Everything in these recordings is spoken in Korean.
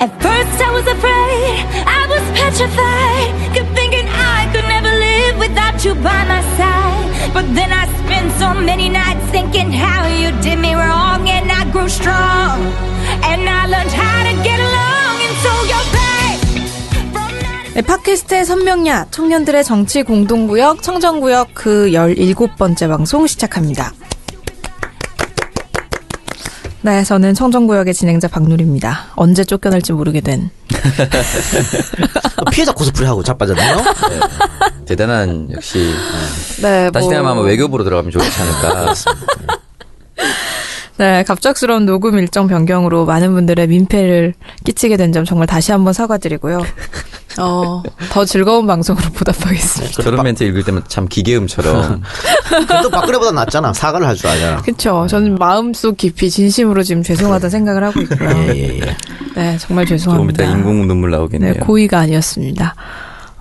At first I was afraid, I was petrified, kept thinking I could never live without you by my side. But then I spent so many nights thinking how you did me wrong, and I grew strong, and I learned how to get along, and so you're back from night. 네, 팟캐스트의 선명야, 청년들의 정치 공동구역, 청정구역 그 17번째 방송 시작합니다. 네, 저는 청정구역의 진행자 박누리입니다. 언제 쫓겨날지 모르게 된. 피해자 코스프레 하고 자빠졌네요. 네. 대단한 역시 어, 네, 다시 뭐- 태어나면 외교부로 들어가면 좋지 않을까. 네, 갑작스러운 녹음 일정 변경으로 많은 분들의 민폐를 끼치게 된 점 정말 다시 한번 사과드리고요. 어, 더 즐거운 방송으로 보답하겠습니다. 저런 멘트 읽을 때면 참 기계음처럼 그래도 박근혜보다 낫잖아. 사과를 할 줄 알잖아. 그쵸. 저는 마음속 깊이 진심으로 지금 죄송하다는 생각을 하고 있고요. 예, 네, 정말 예, 조금 죄송합니다. 이따 인공 눈물 네, 나오겠네요. 고의가 아니었습니다.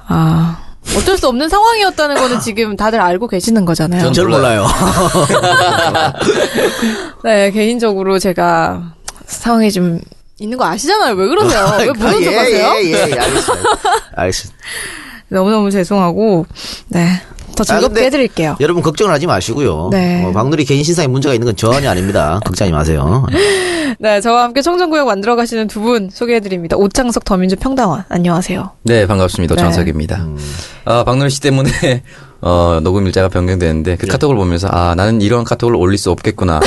아. 어쩔 수 없는 상황이었다는 거는 지금 다들 알고 계시는 거잖아요. 전 몰라요. 네, 개인적으로 제가 상황이 좀 있는 거 아시잖아요. 왜 그러세요? 왜 모른 예, 척 하세요? 예, 예, 예, 알겠습니다. 알겠습니다. 너무너무 죄송하고, 네. 더 아, 즐겁게 근데 해드릴게요. 여러분 걱정을 하지 마시고요. 네. 어, 박누리 개인 신상에 문제가 있는 건 전혀 아닙니다. 걱정하지 마세요. 네, 저와 함께 청정구역 만들어 가시는 두 분 소개해드립니다. 오창석 더민주 평당원. 안녕하세요. 네, 반갑습니다. 네. 정석입니다. 아, 박노래 씨 때문에 어, 녹음 일자가 변경되는데 예. 그 카톡을 보면서 아, 나는 이러한 카톡을 올릴 수 없겠구나.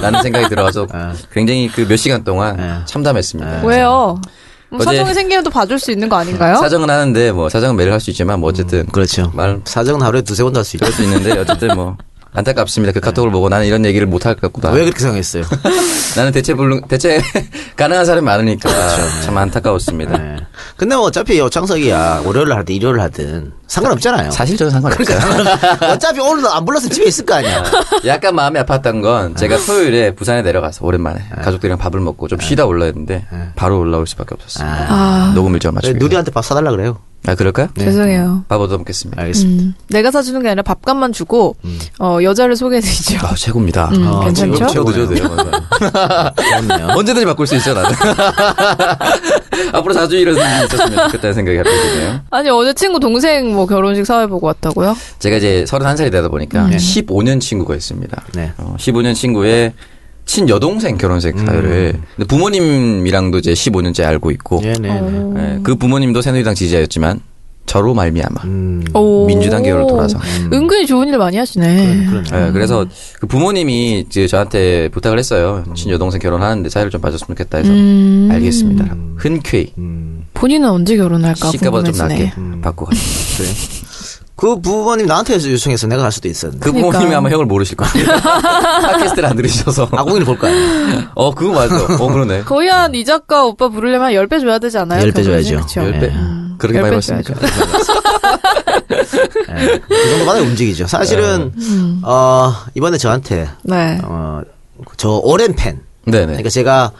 라는 생각이 들어서 아. 굉장히 그 몇 시간 동안 참담했습니다. 왜요? 뭐 네. 어제- 사정이 생기면 또 봐줄 수 있는 거 아닌가요? 사정은 하는데 뭐 사정은 매일 할 수 있지만 뭐 음. 어쨌든 그렇죠. 말 사정은 하루에 두세 번도 할 수 있죠. 그럴 수 있는데 어쨌든 뭐 안타깝습니다. 네. 그 카톡을 보고 나는 이런 얘기를 못 할 것 같구나. 아, 왜 그렇게 생각했어요? 나는 대체 불능 대체 가능한 사람이 많으니까 참 안타까웠습니다. 네. 근데 뭐 어차피 오창석이야 월요일 날 하든 일요일 날 하든 상관없잖아요. 사실 저는 그러니까 상관없어요. 어차피 오늘도 안 불렀으면 집에 있을 거 아니야. 약간 마음이 아팠던 건 제가 토요일에 부산에 내려가서 오랜만에 가족들이랑 밥을 먹고 좀 쉬다 올라야 했는데 바로 올라올 수밖에 없었어요. 녹음 일정 네, 맞추기. 누리한테 밥 사달라 그래요. 아 그럴까요? 죄송해요. 밥 얻어 먹겠습니다. 알겠습니다. 내가 사주는 게 아니라 밥값만 주고 어, 여자를 소개해드리죠. 아 최고입니다. 음, 아, 괜찮죠? 지금 저도 최고네요. 저도 저도. 좋네요. 언제든지 바꿀 수 있어 나는. 앞으로 자주 이런 일이 있었으면 좋겠다는 생각이 갑자기 드네요. 아니 어제 친구 동생 뭐 결혼식 사회 보고 왔다고요? 제가 이제 31살이 되다 보니까 15년 친구가 있습니다. 네. 어, 15년 친구의 친 여동생 결혼식 음. 사회를 근데 부모님이랑도 이제 15년째 알고 있고 예, 네, 네. 예, 그 부모님도 새누리당 지지자였지만 저로 말미암아 음. 어. 오. 민주당 계열로 돌아서 은근히 좋은 일 많이 하시네. 그러네. 예, 그래서 그 부모님이 이제 저한테 부탁을 했어요. 친 여동생 결혼하는데 사회를 좀 봐줬으면 좋겠다 해서 음. 알겠습니다. 라고. 음. 흔쾌히 본인은 언제 결혼할까 시가보다 좀 궁금해지네. 낮게 음. 받고 갔어요. 그래. 네. 그 부모님 나한테 요청해서 내가 갈 수도 있었는데. 그 그러니까. 부모님이 아마 형을 모르실 거예요. 팟캐스트를 안 들으셔서. 아궁이를 볼거 아니에요. 어, 그거 맞아. 어, 그러네. 거의 한 이 작가 오빠 부르려면 10배 줘야 되지 않아요? 열배 결혼식? 줘야죠. 그쵸? 열 배? 그렇게 네. 열 많이 배 봤습니까? 예. 그 정도마다 움직이죠. 사실은, 네. 어, 이번에 저한테, 네. 어, 저 오랜 팬. 네네. 그러니까 제가,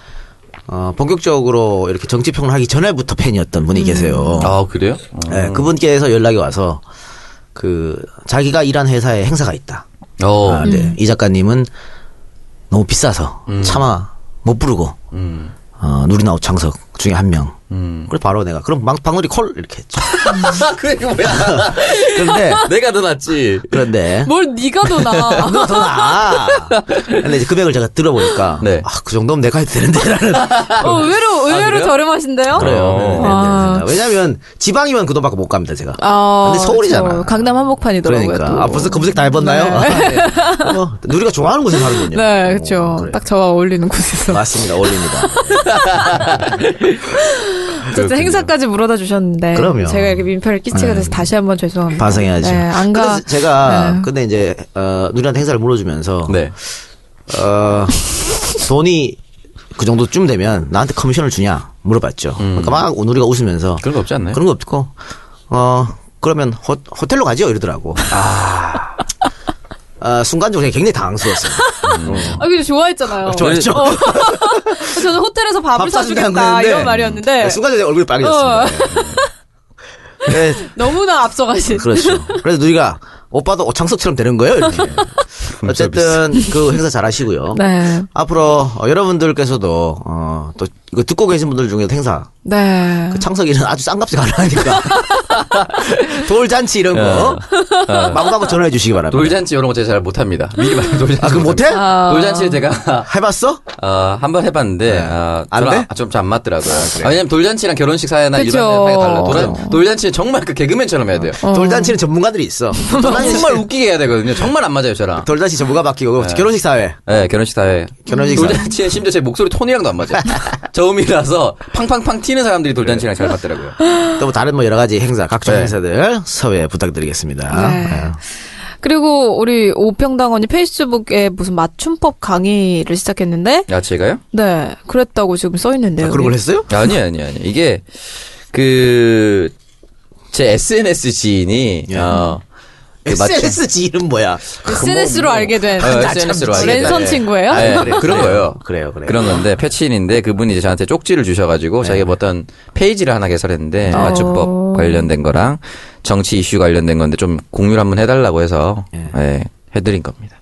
어, 본격적으로 이렇게 정치평론 하기 전에부터 팬이었던 분이 계세요. 아, 그래요? 어. 예, 그분께서 연락이 와서, 그, 자기가 일한 회사에 행사가 있다. 어. 아, 네. 이 작가님은 너무 비싸서 차마 못 부르고 음. 어, 누리나 오창석 중에 한 명. 음. 그래 바로 내가 그럼 막 박놀이 콜 이렇게 했죠. 아, 그래, 이거 뭐야. 그런데 내가 더 낫지. 그런데 뭘 네가 도나. 너더 나. 근데 이제 금액을 제가 들어보니까 네. 아, 그 정도면 내가 해도 되는데라는 어, 의외로 의외로 저렴하신데요? 어. 아, 그래요. 네, 네, 네. 아. 왜냐면 지방이면 그 돈밖에 못 갑니다 제가. 아, 근데 서울이잖아. 그쵸. 강남 한복판이더라고요. 그러니까 또. 아 벌써 검색 다 해봤나요? 아, 네. 어, 누리가 좋아하는 곳에 사는군요. 네, 그렇죠. 어, 그래요. 딱 저와 어울리는 곳에서. 맞습니다. 어울립니다. 어쨌든 행사까지 물어다 주셨는데 그럼요. 제가 이렇게 민폐를 끼치게 돼서 다시 한번 죄송합니다. 네. 반성해야지. 네, 안 가. 그래서 제가 네. 근데 이제 어, 누리한테 행사를 물어주면서 네. 어, 돈이 그 정도쯤 되면 나한테 커미션을 주냐 물어봤죠. 음. 그러니까 막 누리가 웃으면서 그런 거 없지 않나요? 그런 거 없고 어 그러면 호, 호텔로 가죠 이러더라고. 아. 아, 순간적으로 굉장히 당황스러웠어요. 아, 근데 좋아했잖아요. 좋아했죠? 어. 저는 호텔에서 밥을 사준다는 사주겠다 건데 이런 말이었는데 어. 네, 순간적으로 제 얼굴이 빨개졌습니다. 네. 너무나 앞서가신. 그렇죠. 그래서 누리가 오빠도 오창석처럼 되는 거예요. 이렇게. 어쨌든 그 행사 잘 하시고요. 네. 앞으로 어, 여러분들께서도 어, 또 이거 듣고 계신 분들 중에 행사 네. 그 창석이는 아주 싼 값에 가능하니까 돌잔치 이런 거 마구마구 전화해 주시기 바랍니다. 예. 돌잔치 이런 거 제가 잘 못합니다. 미리 말해 돌잔치. 아 그럼 못해? 돌잔치 제가 해봤어? 어, 한 번 해봤는데 어, 안 저랑 돼? 아, 좀잘 안 맞더라고요. 그래요? 아, 왜냐면 돌잔치랑 결혼식 사회나 그쵸. 이런 사회가 달라. 그래요. 돌, 돌잔치는 정말 그 개그맨처럼 해야 돼요. 돌잔치는 전문가들이 있어. 어. 돌잔치 정말 웃기게 해야 되거든요. 정말 안 맞아요 저랑. 돌잔치 전문가 바뀌고 결혼식 사회. 네, 결혼식 사회. 결혼식 사회. 돌잔치는 심지어 제 목소리 톤이랑도 안 맞아요. 저음이라서 팡팡팡 튀는 사람들이 돌잔치랑 잘 맞더라고요. 또 다른 뭐 여러 가지 행사, 각종 네. 행사들 섭외 부탁드리겠습니다. 예. 네. 네. 그리고 우리 오평당원이 페이스북에 무슨 맞춤법 강의를 시작했는데, 아, 제가요? 네, 그랬다고 지금 써 있는데요. 아, 그런 걸 했어요? 아니 아니 아니 이게 그 제 SNS 지인이 예. 어, 그 마침- SNS 지인은 뭐야? 그그 SNS로 알게 된 어, SNS로 알게 된- 랜선 친구예요? 아, 예, 그래, 그런 거예요. 네. 그래요, 그래요. 런 건데 패치인인데 그분이 이제 저한테 쪽지를 주셔가지고 네. 자기가 어떤 페이지를 하나 개설했는데 아. 맞춤법 관련된 거랑 정치 이슈 관련된 건데 좀 공유를 한번 해달라고 해서 예. 해드린 겁니다.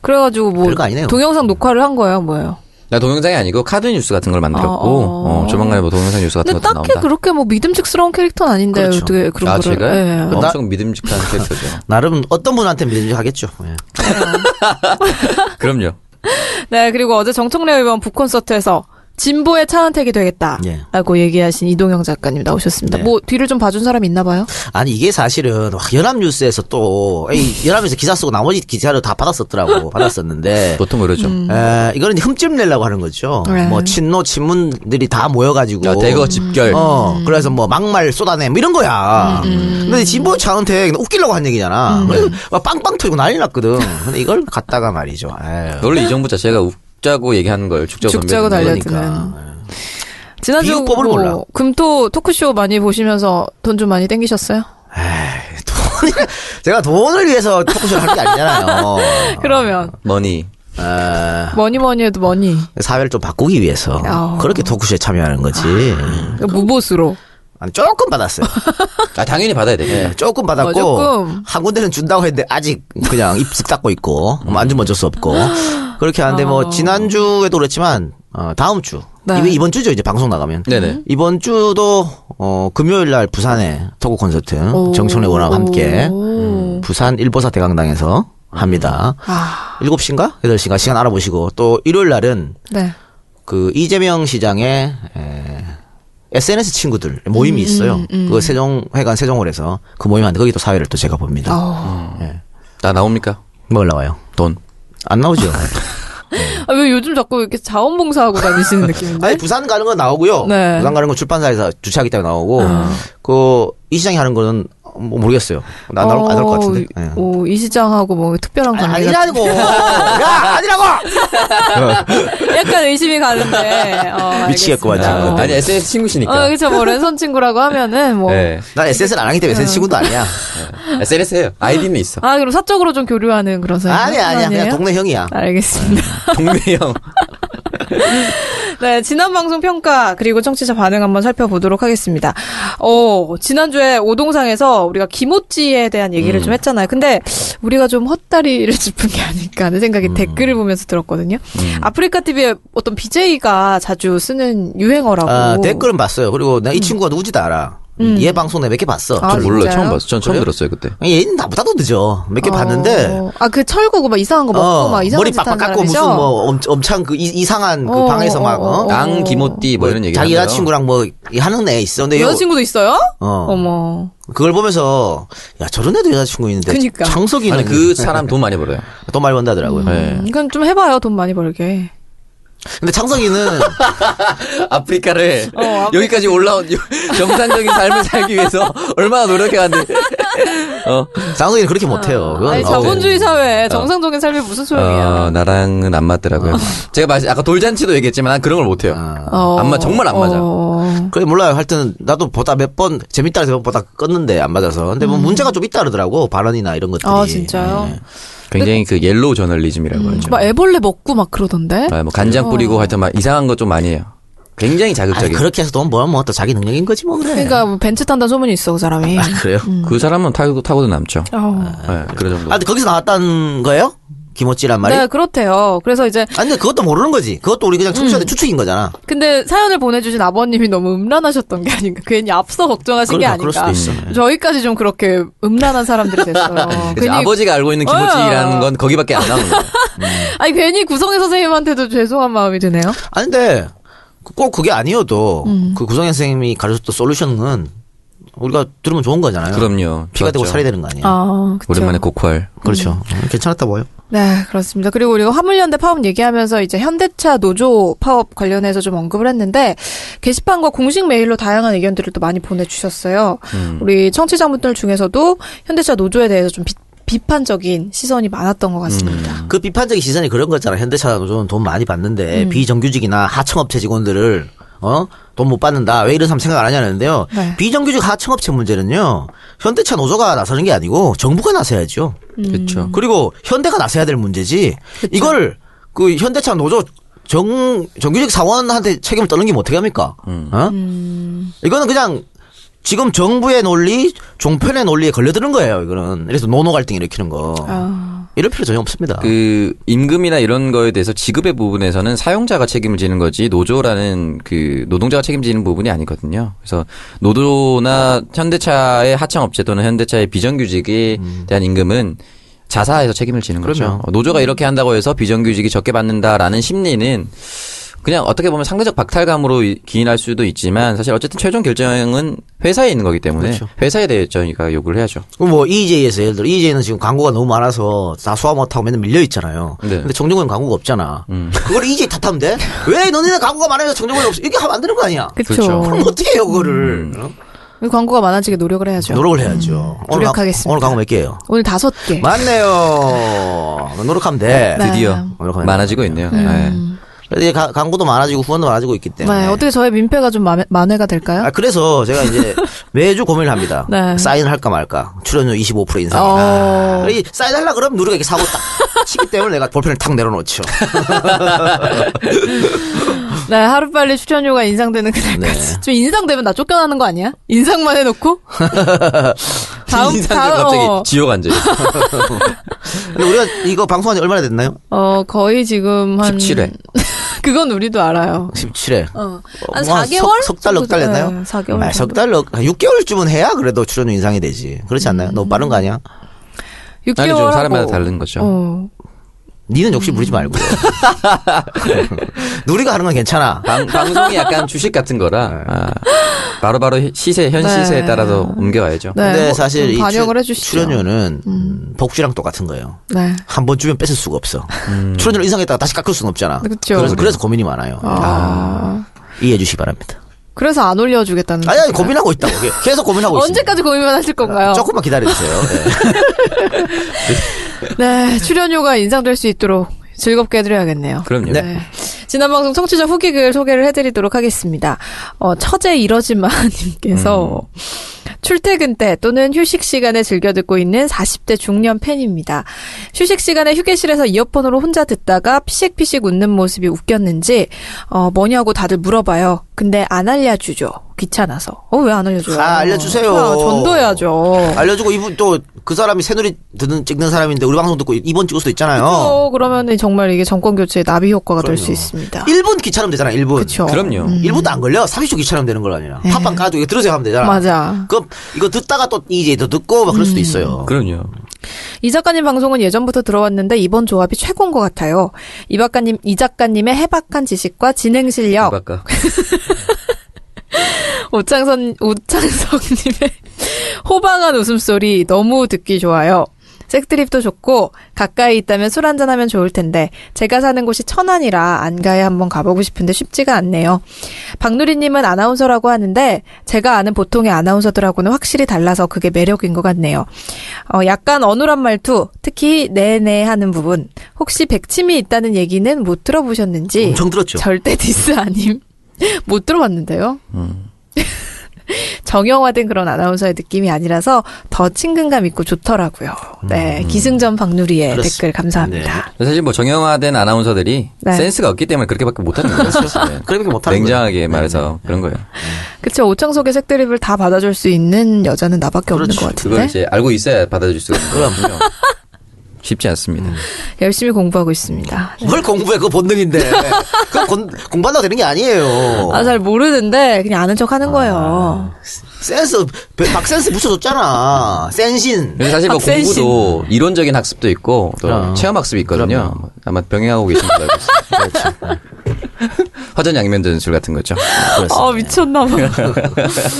그래가지고 뭐 별거 아니네요. 동영상 녹화를 한 거예요, 뭐예요? 나 동영상이 아니고 카드 뉴스 같은 걸 아, 만들었고 어, 어. 어, 조만간에 뭐 동영상 뉴스 같은 근데 것도 딱히 나온다. 그렇게 뭐 믿음직스러운 캐릭터는 아닌데 그렇죠. 어떻게 그런 아 거를? 제가 예. 요 엄청 믿음직한 캐릭터죠. 나름 어떤 분한테 믿음직하겠죠. 예. 그럼요. 네, 그리고 어제 정청래 의원 북콘서트에서 진보의 차은택이 예. 되겠다라고 얘기하신 이동영 작가님 나오셨습니다. 네. 뭐 뒤를 좀 봐준 사람 있나 봐요? 아니 이게 사실은 와, 연합뉴스에서 또 에이, 연합에서 기사 쓰고 나머지 기사를 다 받았었더라고 받았었는데 보통 그러죠. 음. 에, 이거는 이제 흠집 내려고 하는 거죠. 네. 뭐 친노 친문들이 다 모여가지고 야, 아, 대거 집결. 음. 어, 그래서 뭐 막말 쏟아내 뭐 이런 거야. 근데 진보 차은택 웃기려고 한 얘기잖아. 음. 그래서 막 빵빵 터지고 난리 났거든. 근데 이걸 갖다가 말이죠. 에휴. 원래 이 정부 자체가 웃자고 얘기하는 걸 그러니까. 죽자고 죽자고 덤벼드는 네? 달려드는. 그러니까. 지난주 비유법을 뭐 몰라. 금토 토크쇼 많이 보시면서 돈 좀 많이 땡기셨어요? 에이, 돈이 제가 돈을 위해서 토크쇼를 하는 게 아니잖아요. 그러면 머니. 에, 뭐니 뭐니 해도 뭐니 사회를 좀 바꾸기 위해서 어. 그렇게 토크쇼에 참여하는 거지. 아. 무보수로 아니, 조금 받았어요. 아 당연히 받아야 돼. 예, 조금 받았고 어, 조금. 한 군데는 준다고 했는데 아직 그냥 입쓱 닦고 있고 음. 안주면 어쩔 수 없고 그렇게 하는데 뭐 지난주에도 그랬지만 어, 다음 주 어. 네. 음. 이게 이번 주죠 이제 방송 나가면 네네. 이번 주도 어, 금요일 날 부산에 토크 콘서트 오. 정청래 원랑 함께 음, 오. 부산 일보사 대강당에서 합니다. 아, 7시인가 8시인가 시간 알아보시고 또 일요일 날은 네. 그 이재명 시장의 에, SNS 친구들 모임이 있어요. 그 세종회관 세종홀에서 그 모임 하는데 거기 또 사회를 또 제가 봅니다. 나 나옵니까? 뭐 올라와요? 돈. 안 나오죠. 아, 왜 요즘 자꾸 이렇게 자원봉사하고 다니시는 느낌인데? 아니 부산 가는 건 나오고요. 네. 부산 가는 건 출판사에서 주최하기 때문에 나오고 그 이 시장이 하는 거는 뭐 모르겠어요. 나 나올 안나것 같은데. 예. 오, 이 시장하고 뭐 특별한 관계가 아니, 아니라고. 야 아니라고. 약간 의심이 가는데. 어, 미치겠구만, 알겠습니다. 지금. 어. 아니 SNS 친구시니까. 어, 그쵸, 뭐, 랜선 친구라고 하면은, 뭐. 예. 난 SNS를 안 하기 때문에 SNS 친구도 아니야. SNS 해요. 아이디는 있어. 아, 그럼 사적으로 좀 교류하는 그런 사이. 아니야 아니야 네, 그냥 동네 형이야. 알겠습니다. 동네형. 네, 지난 방송 평가, 그리고 청취자 반응 한번 살펴보도록 하겠습니다. 어, 지난주에 오동상에서 우리가 김오찌에 대한 음. 얘기를 좀 했잖아요. 근데 우리가 좀 헛다리를 짚은 게 아닐까 하는 음. 생각이 댓글을 보면서 들었거든요. 아프리카 TV에 어떤 BJ가 자주 쓰는 유행어라고. 아, 댓글은 봤어요. 그리고 나 이 친구가 누구지도 알아. 얘 방송 내가 몇 개 봤어. 아, 전 몰라요. 진짜요? 처음 봤어. 전 처음 그래요? 들었어요 그때. 얘는 나보다도 늦어. 몇 개 봤는데. 어. 아, 그 철구고 막 이상한 거 먹고 어, 막 이상한 머리 짓 하는 빡빡 깎고 사람이죠? 무슨 뭐 엄, 엄청 그 이, 상한그 어, 방에서 막 어, 어? 어, 어. 앙 기모띠 뭐 이런 얘기. 자기 여자친구랑 뭐 이- 하는 애 있어. 근데 요- 여자친구도 있어요? 어. 어머. 그걸 보면서 야 저런 애도 여자친구 있는데 그니까. 음. 창석이는 아니 그 사람 돈 많이 벌어요. 돈 많이 번다더라고요. 예. 이건 좀 해봐요. 돈 많이 벌게. 근데 창석이는 아프리카를 어, 아프리카. 여기까지 올라온 요- 정상적인 삶을 살기 위해서 얼마나 노력해왔는데. 어. 창석이는 그렇게 못해요. 그건 아니 어, 자본주의 사회 정상적인 삶이 무슨 소용이야. 어, 나랑은 안 맞더라고요. 제가 마- 아까 돌잔치도 얘기했지만 난 그런 걸 못해요. 아. 어. 안 맞- 정말 안 맞아. 어. 그래 몰라요. 하여튼 나도 보다 몇 번 재밌다 해서 보다 껐는데 안 맞아서. 근데 뭐 문제가 좀 있다 그러더라고 발언이나 이런 예. 것들이. 음. 아 진짜요? 굉장히 그 음. 옐로우 뭐 저널리즘이라고 하죠. 막 애벌레 먹고 막 그러던데. 네. 아, 뭐 간장 뿌리고 하여튼 막 이상한 거 좀 많이 해요. 굉장히 어. 아니, 자극적인. 그렇게 해서 돈 벌면 뭐또 자기 능력인 거지 뭐 그래. 그러니까 뭐 벤츠 탄다 소문이 있어 그 사람이. 그래요. 그 사람은 타고 타고도 남죠. 어. 네, 그런 정도. 음. 아, 근데 거기서 나왔다는 거예요? 김호찌란 말이? 네 그렇대요. 그래서 이제 아니, 근데 그것도 모르는 거지. 그것도 우리 그냥 청취자들 추측인 거잖아. 근데 사연을 보내주신 아버님이 너무 음란하셨던 게 아닌가. 괜히 앞서 걱정하신 게 그러니까, 그럴 아닌가. 수도 있어. 저희까지 좀 그렇게 음란한 사람들이 됐어요. 그치, 아버지가 알고 있는 어. 김호찌라는 건 거기밖에 안 나오는 거예요. 아니 괜히 구성의 선생님한테도 죄송한 마음이 드네요. 아니, 근데 꼭 그게 아니어도 그 구성현 선생님이 가르쳤던 솔루션은 우리가 들으면 좋은 거잖아요. 그럼요. 피가 되고 좋았죠. 살이 되는 거 아니에요. 아, 그쵸. 오랜만에 고퀄. 그렇죠. 음, 괜찮았다 보여. 네, 그렇습니다. 그리고 우리가 화물연대 파업 얘기하면서 이제 현대차 노조 파업 관련해서 좀 언급을 했는데 게시판과 공식 메일로 다양한 의견들을 또 많이 보내주셨어요. 우리 청취자분들 중에서도 현대차 노조에 대해서 좀 비, 판적인 시선이 많았던 것 같습니다. 그 비판적인 시선이 그런 거잖아. 현대차 노조는 돈 많이 받는데 비정규직이나 하청업체 직원들을 어? 돈 못 받는다. 왜 이런 사람 생각 안 하냐는데요. 네. 비정규직 하청업체 문제는요. 현대차 노조가 나서는 게 아니고 정부가 나서야죠. 그렇죠. 그리고 현대가 나서야 될 문제지. 이걸 그 현대차 노조 정 정규직 사원한테 책임을 떠넘기면 어떻게 합니까? 어? 이거는 그냥 지금 정부의 논리, 종편의 논리에 걸려드는 거예요. 이거는 그래서 노노 갈등 일으키는 거. 이럴 필요 전혀 없습니다. 그 임금이나 이런 거에 대해서 지급의 부분에서는 사용자가 책임을 지는 거지 노조라는 그 노동자가 책임지는 부분이 아니거든요. 그래서 노조나 현대차의 하청업체 또는 현대차의 비정규직에 대한 임금은 자사에서 책임을 지는 음. 거죠. 그럼요. 어, 노조가 이렇게 한다고 해서 비정규직이 적게 받는다라는 심리는 그냥 어떻게 보면 상대적 박탈감으로 이- 기인할 수도 있지만 사실 어쨌든 최종 결정은 회사에 있는 거기 때문에 그렇죠. 회사에 대해 저희가 요구를 해야죠. 그럼 뭐 EJ에서 예를 들어 EJ는 지금 광고가 너무 많아서 다 소화 못하고 맨날 밀려 있잖아요. 네. 근데 정정근 광고가 없잖아. 그걸 EJ 탓하면 돼? 왜 너네는 광고가 많으면서 정정근이 없어? 이렇게 하면 안 되는 거 아니야? 그쵸. 그렇죠. 그럼 어떻게 해요 그거를? 어? 광고가 많아지게 노력을 해야죠. 노력을 해야죠. 오늘 음. 가- 노력하겠습니다. 오늘 광고 몇 개예요? 오늘 다섯 개. 맞네요. 노력하면 돼. 네. 드디어 노력하면 많아지고 있네요. 네. 그래서 이제 가- 광고도 많아지고 후원도 많아지고 있기 때문에. 네, 어떻게 저의 민폐가 좀 만회, 만회가 될까요? 아, 그래서 제가 이제 매주 고민을 합니다. 네. 사인을 할까 말까. 출연료 25% 인상. 아, 어. 이 사인하려 그러면 누르가 이렇게 사고 딱 치기 때문에 내가 볼펜을 탁 내려놓죠. 네, 하루빨리 출연료가 인상되는 그날까지. 네. 좀 인상되면 나 쫓겨나는 거 아니야? 인상만 해놓고? 다음, 인상들 갑자기 다음, 어, 지옥 앉아 있어. 근데 우리가 이거 방송한 지 얼마나 됐나요? 어, 거의 지금 한. 17회. 그건 우리도 알아요. 17회. 어. 한 뭐 4개월? 석, 달, 넉 달 됐나요? 네, 4개월. 아, 석 달, 넉, 6개월쯤은 해야 그래도 출연료 인상이 되지. 그렇지 않나요? 너무 빠른 거 아니야? 아니 6개월. 좀 사람마다 다른 거죠. 어. 니는 음. 욕심 부리지 말고. 누리가 하는 건 괜찮아. 네, 방, 방송이 약간 주식 같은 거라 아, 바로바로 히- 시세 현 네. 시세에 따라서 옮겨와야죠. 네. 근데 뭐 사실 좀 이 반영을 출, 해주시죠. 출연료는 음, 복지랑 똑같은 거예요. 네. 한 번 주면 뺏을 수가 없어. 출연료 인상했다가 다시 깎을 수는 없잖아. 그쵸. 래서 그래서 고민이 많아요. 아. 이해해 주시기 바랍니다. 그래서 안 올려주겠다는. 아니, 아니 거죠. 고민하고 있다고. 계속 고민하고 있습니다. 언제까지 고민만 하실 건가요? 조금만 기다려주세요. 네. 네, 출연료가 인상될 수 있도록 즐겁게 해드려야겠네요. 그럼요. 네. 네. 지난 방송 청취자 후기글 소개를 해드리도록 하겠습니다. 어, 처제 이러지마님께서 음. 출퇴근 때 또는 휴식 시간에 즐겨 듣고 있는 40대 중년 팬입니다. 휴식 시간에 휴게실에서 이어폰으로 혼자 듣다가 피식피식 웃는 모습이 웃겼는지 어, 뭐냐고 다들 물어봐요. 근데 안 알려주죠. 귀찮아서. 어, 왜 안 알려줘요? 아, 알려주세요. 아, 아, 전도해야죠. 어. 알려주고 이분 또 그 사람이 새누리 듣는 찍는 사람인데 우리 방송 듣고 2번 찍을 수도 있잖아요. 어, 그러면 정말 이게 정권 교체의 나비 효과가 될 수 있습니다. 1분 귀찮으면 되잖아. 1분. 그쵸. 그럼요. 1분도 안 걸려. 30초 귀찮으면 되는 걸 아니라. 팟빵 가지고 이거 들으세요 하면 되잖아. 맞아. 그럼 이거 듣다가 또 이제 또 듣고 막 그럴 수도 있어요. 그럼요. 이 작가님 방송은 예전부터 들어왔는데 이번 조합이 최고인 것 같아요. 이 작가님, 이 작가님의 해박한 지식과 진행 실력, 아까 오창선, 오창성님의 호방한 웃음소리 너무 듣기 좋아요. 색드립도 좋고 가까이 있다면 술 한잔하면 좋을 텐데 제가 사는 곳이 천안이라 안가에 한번 가보고 싶은데 쉽지가 않네요. 박누리님은 아나운서라고 하는데 제가 아는 보통의 아나운서들하고는 확실히 달라서 그게 매력인 것 같네요. 어, 약간 어눌한 말투, 특히 네네 하는 부분. 혹시 백침이 있다는 얘기는 못 들어보셨는지 엄청 들었죠. 음. 절대 디스 아님. 못 들어봤는데요. 정형화된 그런 아나운서의 느낌이 아니라서 더 친근감 있고 좋더라고요. 네, 음. 기승전 박누리의 그렇습니다. 댓글 감사합니다. 사실 뭐 정형화된 아나운서들이 네. 센스가 없기 때문에 그렇게밖에 못하는 거예요. 사실은. 그렇게 못하는 네. 냉정하게 네. 거예요. 네. 말해서 그런 거예요. 그쵸, 오창석의 색드립을 다 받아줄 수 있는 여자는 나밖에 없는 그렇죠. 것 같은데. 그걸 이제 알고 있어야 받아줄 수가 있는 거라요 쉽지 않습니다. 열심히 공부하고 있습니다. 뭘 공부해? 그거 본능인데. 그거 공, 공부한다고 되는 게 어. 아니에요. 아, 잘 모르는데, 그냥 아는 척 하는 거예요. 센스, 배- 박센스 붙여줬잖아. 센신. 그래서 사실 뭐 학생신. 공부도 이론적인 학습도 있고 또 그럼. 체험 학습이 있거든요. 아. 뭐 그럼요. 아마 병행하고 계신 걸로 알고 있습니다. 그렇죠. 화전양면 전술 같은 거죠. 그렇습니다. 아, 미쳤나봐.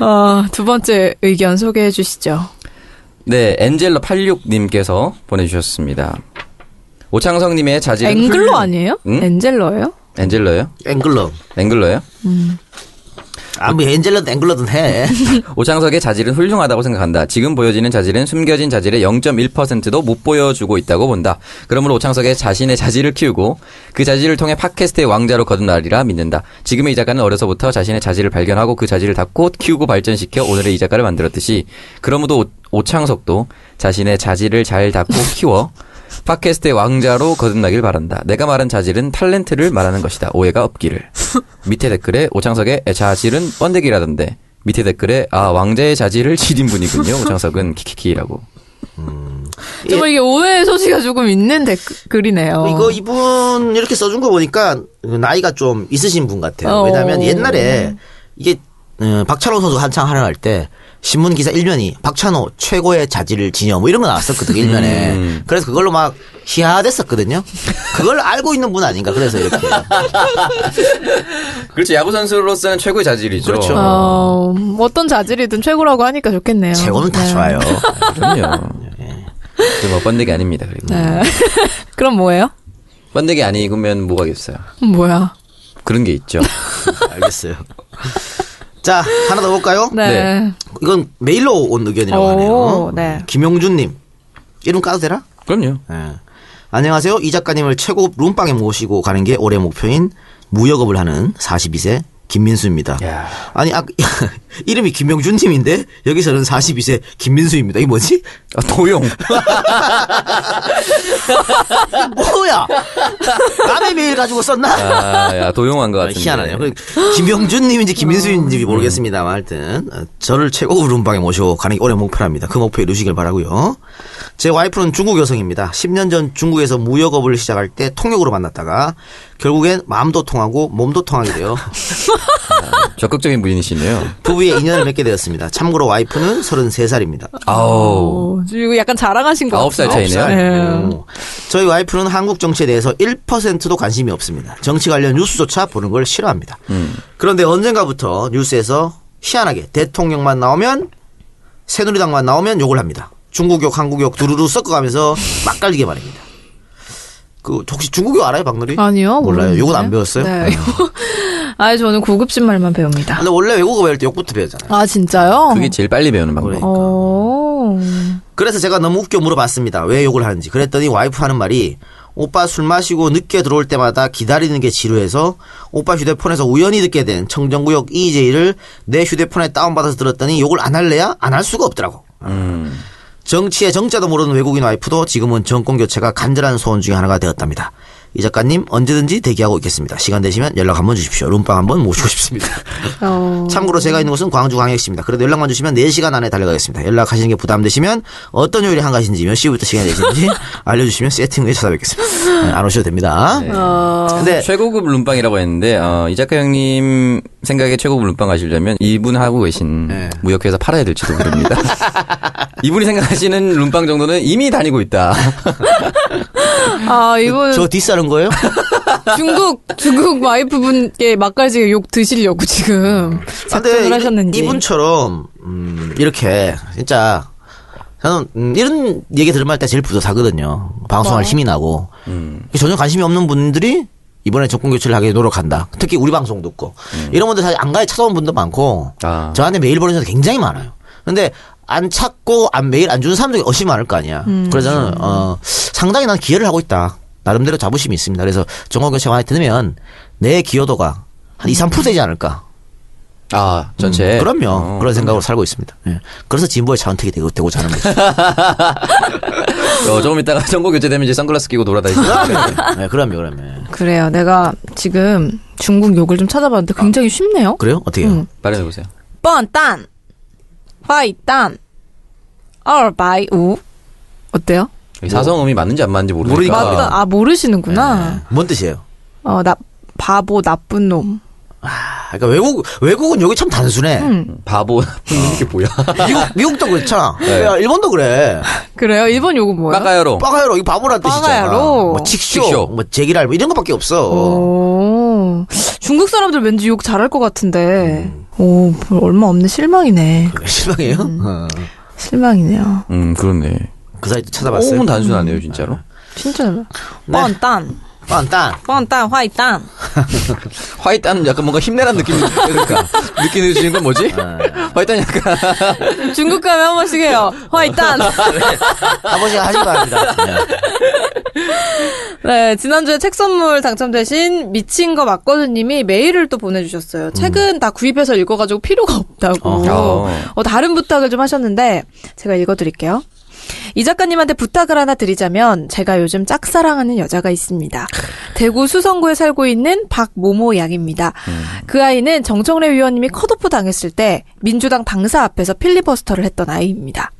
아, 두 번째 의견 소개해 주시죠. 네, 엔젤러 86님께서 보내주셨습니다. 오창성님의 자질은 앵글로 훌륭- 아니에요? 응? 엔젤러예요? 엔젤러요? 앵글러. 앵글러요? 아, 뭐 엔젤러든 앵글러든 해. 오창석의 자질은 훌륭하다고 생각한다. 지금 보여지는 자질은 숨겨진 자질의 0.1%도 못 보여주고 있다고 본다. 그러므로 오창석의 자신의 자질을 키우고 그 자질을 통해 팟캐스트의 왕자로 거듭나리라 믿는다. 지금의 이 작가는 어려서부터 자신의 자질을 발견하고 그 자질을 닫고 키우고 발전시켜 오늘의 이 작가를 만들었듯이 그러므로 오- 오창석도 자신의 자질을 잘 닫고 키워 팟캐스트의 왕자로 거듭나길 바란다. 내가 말한 자질은 탤런트를 말하는 것이다. 오해가 없기를. 밑에 댓글에 오창석의 자질은 번데기라던데. 밑에 댓글에 아 왕자의 자질을 지닌 분이군요. 오창석은 키키키라고. 정말 이게 오해의 소지가 조금 있는 댓글이네요. 예. 뭐 이거 이분 이렇게 써준 거 보니까 나이가 좀 있으신 분 같아요. 어. 왜냐면 옛날에 이게 어, 박찬호 선수 한창 활약할 때 신문 기사 일면이 박찬호 최고의 자질을 지녀 뭐 이런 거 나왔었거든요 일면에. 음. 그래서 그걸로 막 희화됐었거든요. 그걸 알고 있는 분 아닌가 그래서 이렇게. 네. 그렇죠. 야구 선수로서는 최고의 자질이죠. 그렇죠. 어, 어떤 자질이든 최고라고 하니까 좋겠네요. 최고는 다 네. 좋아요. 그럼요. 이제 뭐 번데기 아닙니다. 그리고 네. 그럼 뭐예요? 번데기 아니면 뭐가겠어요. 뭐야? 그런 게 있죠. 알겠어요. 자 하나 더 볼까요? 네. 네. 이건 메일로 온 의견이라고 오, 하네요. 네. 김용준님 이름 까도 되나? 그럼요. 예. 안녕하세요. 이 작가님을 최고 룸빵에 모시고 가는 게 올해 목표인 무역업을 하는 42세 김민수입니다. 야. 아니, 아, 이름이 김명준님인데 여기서는 42세 김민수입니다. 이게 뭐지? 아, 도용. 뭐야? 남의 메일 가지고 썼나? 아, 그러니까. 야, 도용한 것 아, 같은데. 음. 희한하네요. 김명준님인지 김민수인지 모르겠습니다만 하여튼 어, 저를 최고 룸방에 모시고 가는 게 올해 목표랍니다. 그 목표 이루시길 바라고요. 제 와이프는 중국 여성입니다. 10년 전 중국에서 무역업을 시작할 때 통역으로 만났다가 결국엔 마음도 통하고 몸도 통하게 돼요. 적극적인 분이시네요. 부부의 인연을 맺게 되었습니다. 참고로 와이프는 33살입니다. 아우. 오, 어, 이거 약간 자랑하신 거 아홉 살 같아요. 차이네요. 음. 네. 저희 와이프는 한국 정치에 대해서 1%도 관심이 없습니다. 정치 관련 뉴스조차 보는 걸 싫어합니다. 그런데 언젠가부터 뉴스에서 희한하게 대통령만 나오면 새누리당만 나오면 욕을 합니다. 중국욕, 한국욕 두루루 섞어가면서 맛깔리게 말입니다. 그 혹시 중국욕 알아요, 박누리? 아니요. 몰라요. 모르는데요. 욕은 안 배웠어요? 네. 아, 저는 고급진 말만 배웁니다. 근데 원래 외국어 배울 때 욕부터 배우잖아요. 아, 진짜요? 어. 그게 제일 빨리 배우는 방법이에요. 오. 그래서 제가 너무 웃겨 물어봤습니다. 왜 욕을 하는지. 그랬더니 와이프 하는 말이 오빠 술 마시고 늦게 들어올 때마다 기다리는 게 지루해서 오빠 휴대폰에서 우연히 듣게 된 청정구역 EJ를 내 휴대폰에 다운받아서 들었더니 욕을 안 할래야 안 할 수가 없더라고. 정치의 정자도 모르는 외국인 와이프도 지금은 정권 교체가 간절한 소원 중에 하나가 되었답니다. 이 작가님 언제든지 대기하고 있겠습니다. 시간 되시면 연락 한번 주십시오. 룸빵 한번 모시고 싶습니다. 어. 참고로 제가 있는 곳은 광주 광역시입니다. 그래도 연락만 주시면 4시간 안에 달려가겠습니다. 연락하시는 게 부담되시면 어떤 요일에 한가하신지 몇 시부터 시간이 되시는지 알려주시면 세팅 후에 찾아뵙겠습니다. 네, 안 오셔도 됩니다. 어, 근데 최고급 룸빵이라고 했는데 어, 이 작가 형님 생각에 최고급 룸빵 하시려면 이분 하고 계신 네. 무역회사 팔아야 될지도 모릅니다. 이분이 생각하시는 룸빵 정도는 이미 다니고 있다. 아, 이분 저 뒷사는 거예요? 중국, 중국 와이프분께 막까지 욕 드시려고 지금 작전을 아, 근데 하셨는지. 이분처럼 음, 이렇게 진짜 저는 음, 이런 얘기 들으면 할때 제일 뿌듯하거든요. 방송할 네. 힘이 나고 음. 전혀 관심이 없는 분들이 이번에 정권 교체를 하기 위해 노력한다. 특히 우리 방송 듣고 음. 이런 분들 사실 안가에 찾아온 분도 많고 아. 저한테 메일 보내는 사람 굉장히 많아요. 근데 안 찾고 안 메일 안 주는 사람들이 어시 많을 거 아니야. 음. 그래서 저는 어, 상당히 난 기여를 하고 있다. 나름대로 자부심이 있습니다. 그래서 정권 교체가 많이 들으면 내 기여도가 한 2, 3% 되지 않을까. 음, 아, 전체. 그럼요. 어, 그런 생각으로 살고 있습니다. 예. 그래서 진보의 차은택이 되고, 되고자 하는 거죠. 어, 조금 있다가 정보 교체되면 이제 선글라스 끼고 돌아다니죠. 그럼요. 예, 그럼요, 그럼요. 그래요. 내가 지금 중국 욕을 좀 찾아봤는데 굉장히 쉽네요. 그래요? 어떻게 해요? 음. 발음해 보세요. 笨蛋,坏蛋, 205. 어때요? 이 사성음이 맞는지 안 맞는지 모르니까. 모르니까. 맞다. 아, 음. 모르시는구나. 뭔 뜻이에요? 어, 나, 바보, 나쁜 놈. 아, 그러니까 외국, 외국은 여기 참 단순해. 음, 아. 바보 이게 뭐야? 미국, 미국도 그렇잖아. 네. 야, 일본도 그래. 그래요? 일본 욕은 뭐예요? 까까여로. 빠가야로, 이 바보란 뜻이잖아. 빠가야로. 뭐, 칙쇼, 칙쇼. 뭐, 제기랄, 뭐 이런 것밖에 없어. 오, 중국 사람들 왠지 욕 잘할 것 같은데. 오, 별 얼마 없네. 실망이네. 그래, 실망해요? 음. 어. 실망이네요. 음, 그렇네. 그 사이트 찾아봤어요. 음. 너무 단순하네요, 진짜로. 진짜. 네. 뻔딴, 딴. 뻔딴, 화이딴. 화이트는 약간 뭔가 힘내란 느낌이 그러니까 느끼는 주는 건 뭐지? 아. 화이트는 약간 중국 가면 한 번씩 해요. 화이딴. 아버지 하지 말랍니다. 네, 지난주에 책 선물 당첨되신 미친 거 맞거든님이 메일을 또 보내주셨어요. 책은 다 구입해서 읽어가지고 필요가 없다고. 어. 어, 다른 부탁을 좀 하셨는데 제가 읽어드릴게요. 이 작가님한테 부탁을 하나 드리자면 제가 요즘 짝사랑하는 여자가 있습니다. 대구 수성구에 살고 있는 박모모 양입니다. 그 아이는 정청래 위원님이 컷오프 당했을 때 민주당 당사 앞에서 필리버스터를 했던 아이입니다.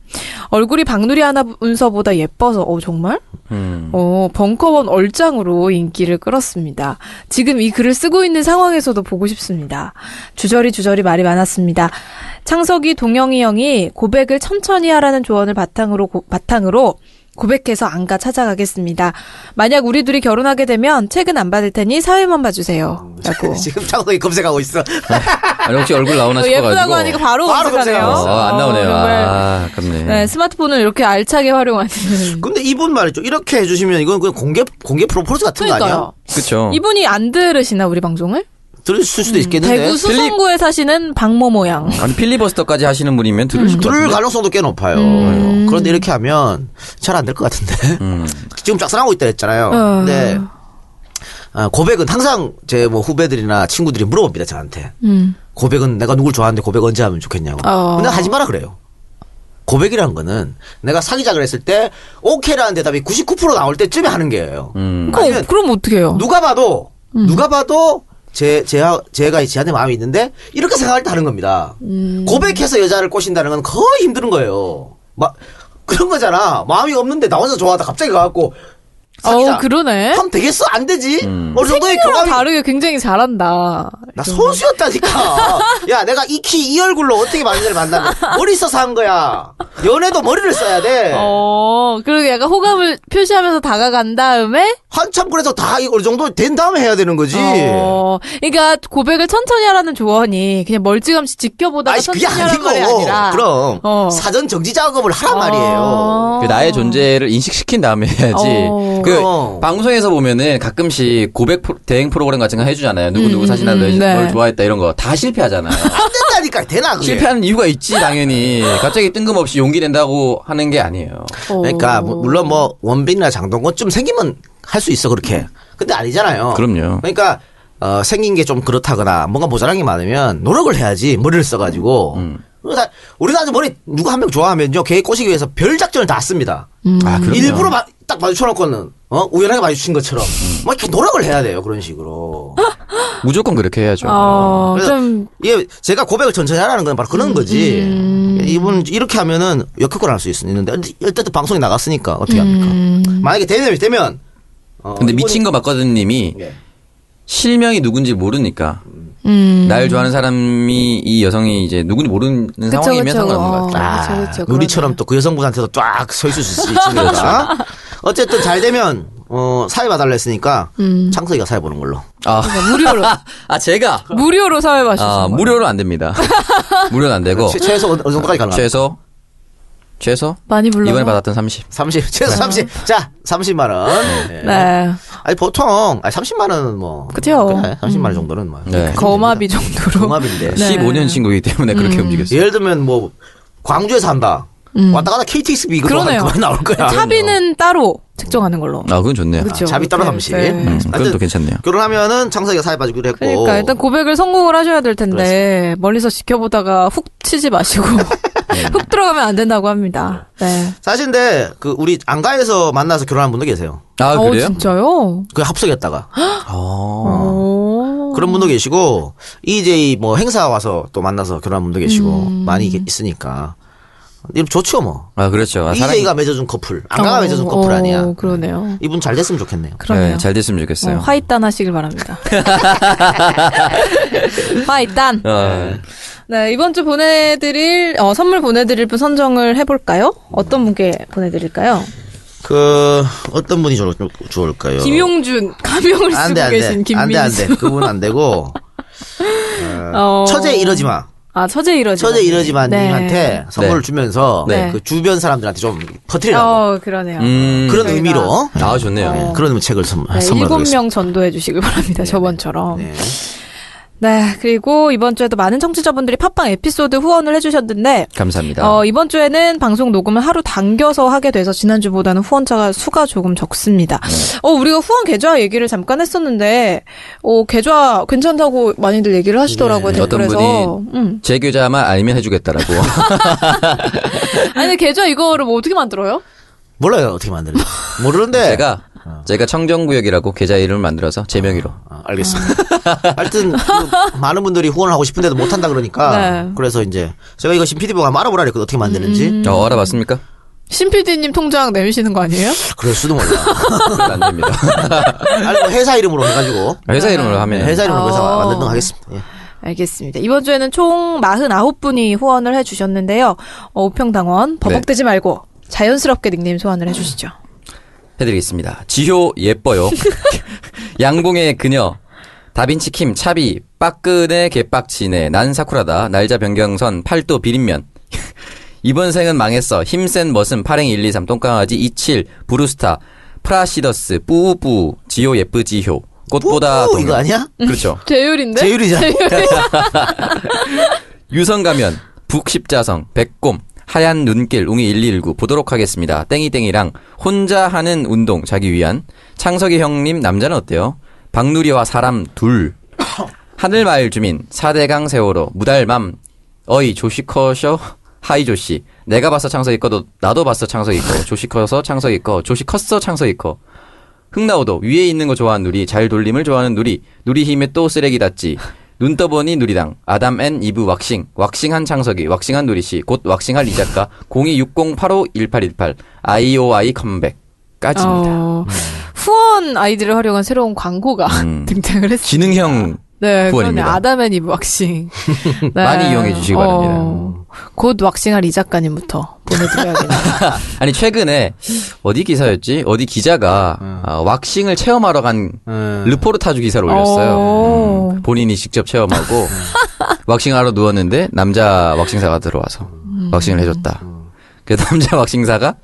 얼굴이 박누리 하나 운서보다 예뻐서 어 정말? 음. 어, 벙커원 얼짱으로 인기를 끌었습니다. 지금 이 글을 쓰고 있는 상황에서도 보고 싶습니다. 주저리 주저리 말이 많았습니다. 창석이 동영이 형이 고백을 천천히 하라는 조언을 바탕으로 고, 바탕으로 고백해서 안가 찾아가겠습니다. 만약 우리 둘이 결혼하게 되면 책은 안 받을 테니 사회만 봐주세요. 라고. 지금 창석이 검색하고 있어. 아니 혹시 얼굴 나오나 어, 싶어 가지고. 예쁘다고 하니까 바로 바로 검색하네요. 어, 안 나오네요. 어, 정말. 아, 아깝네. 네, 스마트폰을 이렇게 알차게 활용하는. 근데 이분 말이죠. 이렇게 해주시면 이건 그냥 공개, 공개 프로포즈 같은 거 아니야? 그러니까요. 그쵸. 이분이 안 들으시나 우리 방송을? 들으실 수도 있겠는데. 음, 대구 수성구에 사시는 박모 모양. 아니 필리버스터까지 하시는 분이면 들을 음. 수 들을 가능성도 꽤 높아요. 그런데 이렇게 하면 잘 안 될 것 같은데. 음. 지금 짝사랑하고 있다 했잖아요. 어. 근데 아, 고백은 항상 제 뭐 후배들이나 친구들이 물어봅니다 저한테. 음. 고백은 내가 누굴 좋아하는데 고백 언제 하면 좋겠냐고. 어. 근데 하지 마라 그래요. 고백이라는 거는 내가 사귀자 그랬을 때 오케이라는 대답이 99% 나올 때쯤에 하는 게예요. 음. 그럼, 아니면 그럼 어떻게 해요? 누가 봐도 음. 누가 봐도 제 제가 제가 제한테 마음이 있는데 이렇게 생각할 때 하는 겁니다. 음. 고백해서 여자를 꼬신다는 건 거의 힘든 거예요. 막 그런 거잖아. 마음이 없는데 나 혼자 좋아하다 갑자기 가갖고 사귀자. 어우, 그러네. 하면 되겠어? 안 되지? 어느 정도의 랑 교감이 다르게 굉장히 잘한다. 나 선수였다니까. 야, 내가 이 키 이 얼굴로 어떻게 만년을 만나면 머리 써서 한 거야. 연애도 머리를 써야 돼. 어, 그리고 약간 호감을 표시하면서 다가간 다음에, 한참 그래서 다 이 어느 정도 된 다음에 해야 되는 거지. 어, 그러니까 고백을 천천히 하라는 조언이 그냥 멀찌감치 지켜보다가 아니 그게 천천히 하라는 아니고 말이 아니라. 그럼 어. 사전 정지 작업을 하란 말이에요. 어. 그 나의 존재를 인식시킨 다음에 해야지. 어. 그 어. 방송에서 보면은 가끔씩 고백 프로- 대행 프로그램 같은 거 해주잖아요. 누구 누구 사실 나널 음, 네. 좋아했다 이런 거 다 실패하잖아요. 안 된다니까 되나 그게. 실패하는 이유가 있지 당연히. 갑자기 뜬금없이 용기 낸다고 하는 게 아니에요. 어. 그러니까 뭐- 물론 뭐 원빈이나 장동건 좀 생기면 할 수 있어 그렇게. 근데 아니잖아요. 그럼요. 그러니까 어, 생긴 게 좀 그렇다거나 뭔가 모자란 게 많으면 노력을 해야지 머리를 써가지고. 음. 그러니까 우리나라에서 머리 누구 한 명 좋아하면요 걔 꼬시기 위해서 별 작전을 다 씁니다. 음. 아, 그럼요. 일부러 마- 딱 마주쳐놓고는 어? 우연하게 마주친 것처럼 막 이렇게 노력을 해야 돼요 그런 식으로. 무조건 그렇게 해야죠. 어, 그래서 좀, 이게 예, 제가 고백을 천천히 하라는 건 바로 그런 거지. 음. 이분 이렇게 하면은 역효과를 할 수 있는데 일단 또 방송에 나갔으니까 어떻게 합니까? 음. 만약에 대면이 되면 어, 근데 이분이- 미친 거 맞거든님이 예. 실명이 누군지 모르니까 음. 날 좋아하는 사람이 이 여성이 이제 누군지 모르는 상황이면 그쵸. 어. 상관없는 것 같아요. 아, 그렇죠, 그쵸, 그쵸. 우리처럼 또 그 여성분한테도 쫙 서 있을 수 있지. 그러니까. 어쨌든 잘 되면 어, 사회 봐달라 했으니까 음. 창석이가 사회 보는 걸로. 아, 그러니까 무료로. 아, 제가 무료로 사회 마시죠. 아, 무료로 안 됩니다. 무료는 안 되고 그렇죠. 최, 최소 어느 정도까지 가능한? 최소 최소 많이 불러. 이번에 받았던 30. 30 최소 30. 자, 30만 원. 네. 네. 아니 보통 아니 30만 원은 뭐 그죠. 그래, 30만 원 정도는 뭐. 네. 음. 거마비 정도로. 종합인데. 15년 친구이기 때문에 그렇게 음. 움직였어요. 예를 들면 뭐 광주에 산다. 왔다 갔다 KTX비 이거 그러네요. 많이 나올 거야. 차비는 따로. 책정하는 걸로. 아, 그건 좋네요. 그렇죠. 자비 따로 삼십. 네. 음, 그건 또 괜찮네요. 결혼하면은 창석이가 사회 봐주기로 했고. 그러니까 일단 고백을 성공을 하셔야 될 텐데 멀리서 지켜보다가 훅 치지 마시고 네. 훅 들어가면 안 된다고 합니다. 네. 사실 근데 그 우리 안가에서 만나서 결혼한 분도 계세요. 아, 그래요? 어, 진짜요? 그 합석했다가 아. 오. 그런 분도 계시고 EJ 뭐 행사 와서 또 만나서 결혼한 분도 계시고 음. 많이 게- 있으니까 이거 좋죠 뭐. 아, 그렇죠. 아, 사랑이- EJ가 맺어준 커플, 안가가 어, 맺어준 커플 어, 아니야. 그러네요. 이분 잘 됐으면 좋겠네요. 그러네요. 네, 잘 됐으면 어, 좋겠어요. 화이단 하시길 바랍니다. 화이단. 아, 네, 이번 주 보내드릴, 어, 선물 보내드릴 분 선정을 해볼까요? 어떤 분께 보내드릴까요? 그 어떤 분이 좋을, 좋을까요? 김용준, 가명을 쓰고 안돼 안돼 계신 김민수. 안돼 안돼 그분 안 되고 어. 처제 이러지 마. 아, 처제 이러지. 처제 이러지 네. 마님한테 선물을 네. 주면서 네. 그 주변 사람들한테 좀 퍼뜨리라고 어, 그러네요. 음. 그런 저희가- 의미로 아, 좋네요. 어. 네, 그런 책을 선물 네, 일곱 선물하겠습니다. 명 전도해 주시길 바랍니다. 저번처럼. 네. 네, 그리고 이번 주에도 많은 청취자분들이 팟빵 에피소드 후원을 해주셨는데, 감사합니다. 어, 이번 주에는 방송 녹음을 하루 당겨서 하게 돼서 지난주보다는 후원자가 수가 조금 적습니다. 네. 어, 우리가 후원 계좌 얘기를 잠깐 했었는데, 어, 계좌 괜찮다고 많이들 얘기를 하시더라고요, 네. 어떤 댓글에서. 분이- 음. 제 교자만 알면 해주겠다라고. 아니, 근데 계좌 이거를 뭐 어떻게 만들어요? 몰라요 어떻게 만들지 모르는데 제가, 제가 청정구역이라고 계좌 이름을 만들어서 제 명의로. 아, 알겠습니다. 하여튼 그 많은 분들이 후원을 하고 싶은데도 못 한다 그러니까 네. 그래서 이제 제가 이거 신 PD보가 한번 알아보라 그랬거든 어떻게 만드는지 음. 어, 알아봤습니까? 신PD님 통장 내미시는 거 아니에요? 그럴 수도 몰라. 그건 그러니까 안 됩니다. 아니 뭐 회사 이름으로 해가지고 회사 이름으로 하면. 회사 이름으로 회사 어. 만든다고 하겠습니다. 예. 알겠습니다. 이번 주에는 총 49분이 후원을 해주셨는데요. 어, 네. 우평당원, 버벅대지 말고 자연스럽게 닉네임 소환을 해주시죠. 해드리겠습니다. 지효 예뻐요. 양궁의 그녀. 다빈치 킴 차비 빠끈의 개빡치네 난 사쿠라다 날짜 변경선 팔도 비린면 이번 생은 망했어 힘센 머슴 파랭 1 2 3 똥강아지 27 브루스타 프라시더스 뿌뿌 지효 예쁘지효 꽃보다 뿌뿌 동요. 뭐, 이거 아니야? 그렇죠 네? 제율인데? 제율이잖아. 유성 가면 북십자성 백곰 하얀 눈길 웅이 1219 보도록 하겠습니다. 땡이땡이랑 혼자 하는 운동 자기 위한 창석이 형님 남자는 어때요? 박누리와 사람 둘 하늘마을 주민 사대강 세월호 무달맘 어이 조시 커셔 하이 조시 내가 봤어 창석이 커도 나도 봤어 창석이 커 조시 커서 창석이 커 조시 컸어 창석이 커 흥나오도 위에 있는 거 좋아하는 누리 잘 돌림을 좋아하는 누리 누리 힘에 또 쓰레기 닿지 눈 떠보니 누리당 아담 앤 이브 왁싱 왁싱한 창석이 왁싱한 누리씨 곧 왁싱할 이 작가 0260851818 IOI 컴백까지입니다 어, 후원 아이디를 활용한 새로운 광고가 음. 등장을 했습니다. 지능형 네, 그러네. 후원입니다. 아담앤 이브 왁싱. 네. 많이 이용해 주시기 바랍니다. 곧 왁싱할 이 작가님부터 보내드려야겠네요. 아니 최근에 어디 기사였지 어디 기자가 아, 왁싱을 체험하러 간 음. 르포르타주 기사를 올렸어요 오. 음, 본인이 직접 체험하고 왁싱하러 누웠는데 남자 왁싱사가 들어와서 왁싱을 해줬다 그 남자 왁싱사가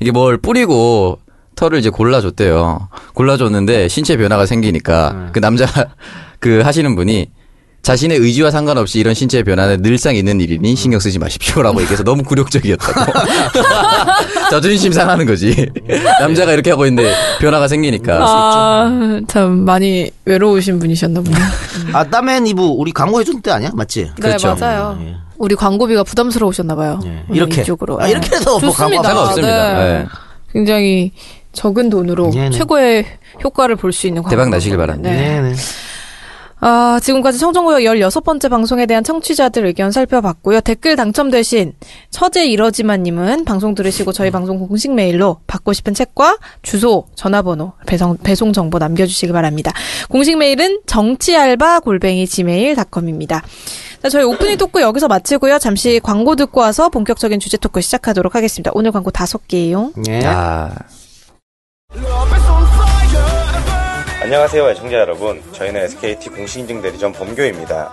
이게 뭘 뿌리고 털을 이제 골라줬대요 골라줬는데 신체 변화가 생기니까 그 남자 그 하시는 분이 자신의 의지와 상관없이 이런 신체 변화는 늘상 있는 일이니 신경 쓰지 마십시오라고 얘기해서 너무 굴욕적이었다고. 자존심 상하는 거지. 남자가 이렇게 하고 있는데 변화가 생기니까. 아, 참 많이 외로우신 분이셨나 보네요. 아담앤 이브 우리 광고 해준 때 아니야? 맞지? 그렇죠. 네, 맞아요. 음. 예. 우리 광고비가 부담스러우셨나 봐요. 예. 음, 이렇게 이쪽으로. 아, 예. 이렇게 해서 뭐 좋습니다. 광고 상관없습니다. 네. 예. 굉장히 적은 돈으로 네네. 최고의 효과를 볼 수 있는 광고. 대박 나시길 바랍니다. 네. 네, 네. 아, 지금까지 청정구역 16번째 방송에 대한 청취자들 의견 살펴봤고요. 댓글 당첨되신 처제 이러지만님은 방송 들으시고 저희 방송 공식 메일로 받고 싶은 책과 주소, 전화번호, 배송, 배송 정보 남겨주시기 바랍니다. 공식 메일은 정치알바 골뱅이 지메일닷컴입니다. 자, 저희 오프닝 토크 여기서 마치고요. 잠시 광고 듣고 와서 본격적인 주제 토크 시작하도록 하겠습니다. 오늘 광고 다섯 개용. 네. 아, 안녕하세요 애청자 여러분 저희는 SKT 공식인증 대리점 범교입니다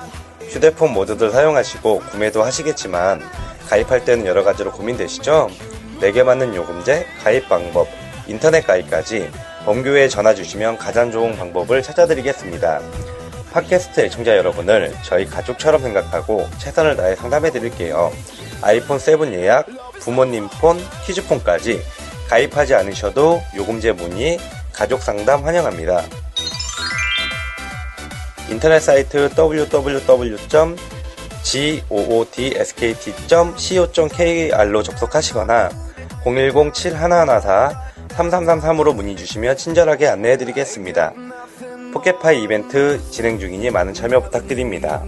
휴대폰 모두들 사용하시고 구매도 하시겠지만 가입할 때는 여러 가지로 고민되시죠? 내게 맞는 요금제, 가입 방법, 인터넷 가입까지 범교에 전화 주시면 가장 좋은 방법을 찾아드리겠습니다 팟캐스트 애청자 여러분을 저희 가족처럼 생각하고 최선을 다해 상담해 드릴게요 아이폰 7 예약, 부모님 폰, 키즈폰까지 가입하지 않으셔도 요금제 문의, 가족 상담 환영합니다. 인터넷 사이트 www.gootskt.co.kr로 접속하시거나 010-7114-3333으로 문의 주시면 친절하게 안내해드리겠습니다. 포켓파이 이벤트 진행 중이니 많은 참여 부탁드립니다.